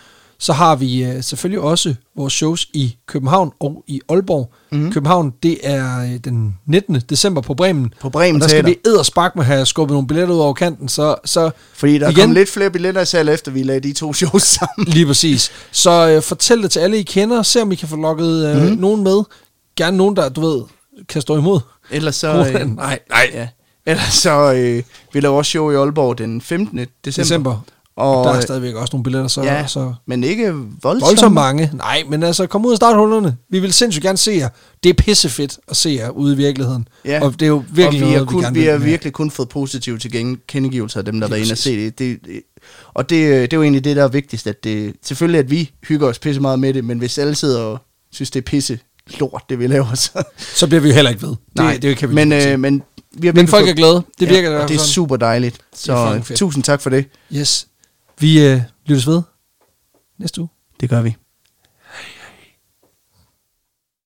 Speaker 1: Så har vi øh, selvfølgelig også vores shows i København og i Aalborg.
Speaker 2: Mhm.
Speaker 1: Mm-hmm. København, det er øh, den 19. december på Bremen.
Speaker 2: På Bremen
Speaker 1: og der skal
Speaker 2: Teater.
Speaker 1: vi edderspark med at have skubbet nogle billetter ud over kanten, så, så
Speaker 2: fordi der
Speaker 1: igen,
Speaker 2: kom lidt flere billetter i salg, efter vi lagde de to *laughs* shows sammen.
Speaker 1: Lige præcis. Så øh, fortæl det til alle, I kender. Se, om I kan få lukket øh,
Speaker 2: Mhm.
Speaker 1: mm. nogen med. Gerne nogen, der, du ved, kan stå imod.
Speaker 2: Ellers så...
Speaker 1: Øh,
Speaker 2: Øh,
Speaker 1: nej, nej. Ja.
Speaker 2: ja. Ellers så... Øh, vi laver også show i Aalborg den 15. december.
Speaker 1: December. Og
Speaker 2: Og,
Speaker 1: der er
Speaker 2: øh,
Speaker 1: stadigvæk også nogle billetter, så, ja.
Speaker 2: ja,
Speaker 1: så
Speaker 2: men ikke voldsomt.
Speaker 1: voldsomt mange. Nej, men altså, kom ud og start hullerne. Vi vil sindssygt gerne se jer. Det er pissefedt at se jer ude i virkeligheden.
Speaker 2: Ja.
Speaker 1: Og det er jo virkelig
Speaker 2: og vi har,
Speaker 1: noget, vi
Speaker 2: kun,
Speaker 1: gerne
Speaker 2: vi har
Speaker 1: vil med.
Speaker 2: virkelig kun fået positive tilkendegivelser af dem, der
Speaker 1: Lige
Speaker 2: har været inde og
Speaker 1: præcis.
Speaker 2: se det. det, det og det, øh, det er jo egentlig det, der er vigtigst. At det, selvfølgelig, at vi hygger os pisse meget med det, men hvis alle sidder og synes, det er pisse lort, det vi laver, så...
Speaker 1: Så bliver vi jo heller ikke ved.
Speaker 2: *laughs* Nej,
Speaker 1: det, det kan vi
Speaker 2: men,
Speaker 1: ikke se.
Speaker 2: øh, men, vi har
Speaker 1: men
Speaker 2: virkelig
Speaker 1: folk
Speaker 2: fået-
Speaker 1: er glade. Det virker i
Speaker 2: ja,
Speaker 1: hvert
Speaker 2: og det
Speaker 1: fald
Speaker 2: er
Speaker 1: sådan.
Speaker 2: super dejligt. Så
Speaker 1: fucking fedt.
Speaker 2: tusind tak for det.
Speaker 1: Yes. Vi øh, lyttes ved næste uge.
Speaker 2: Det gør vi.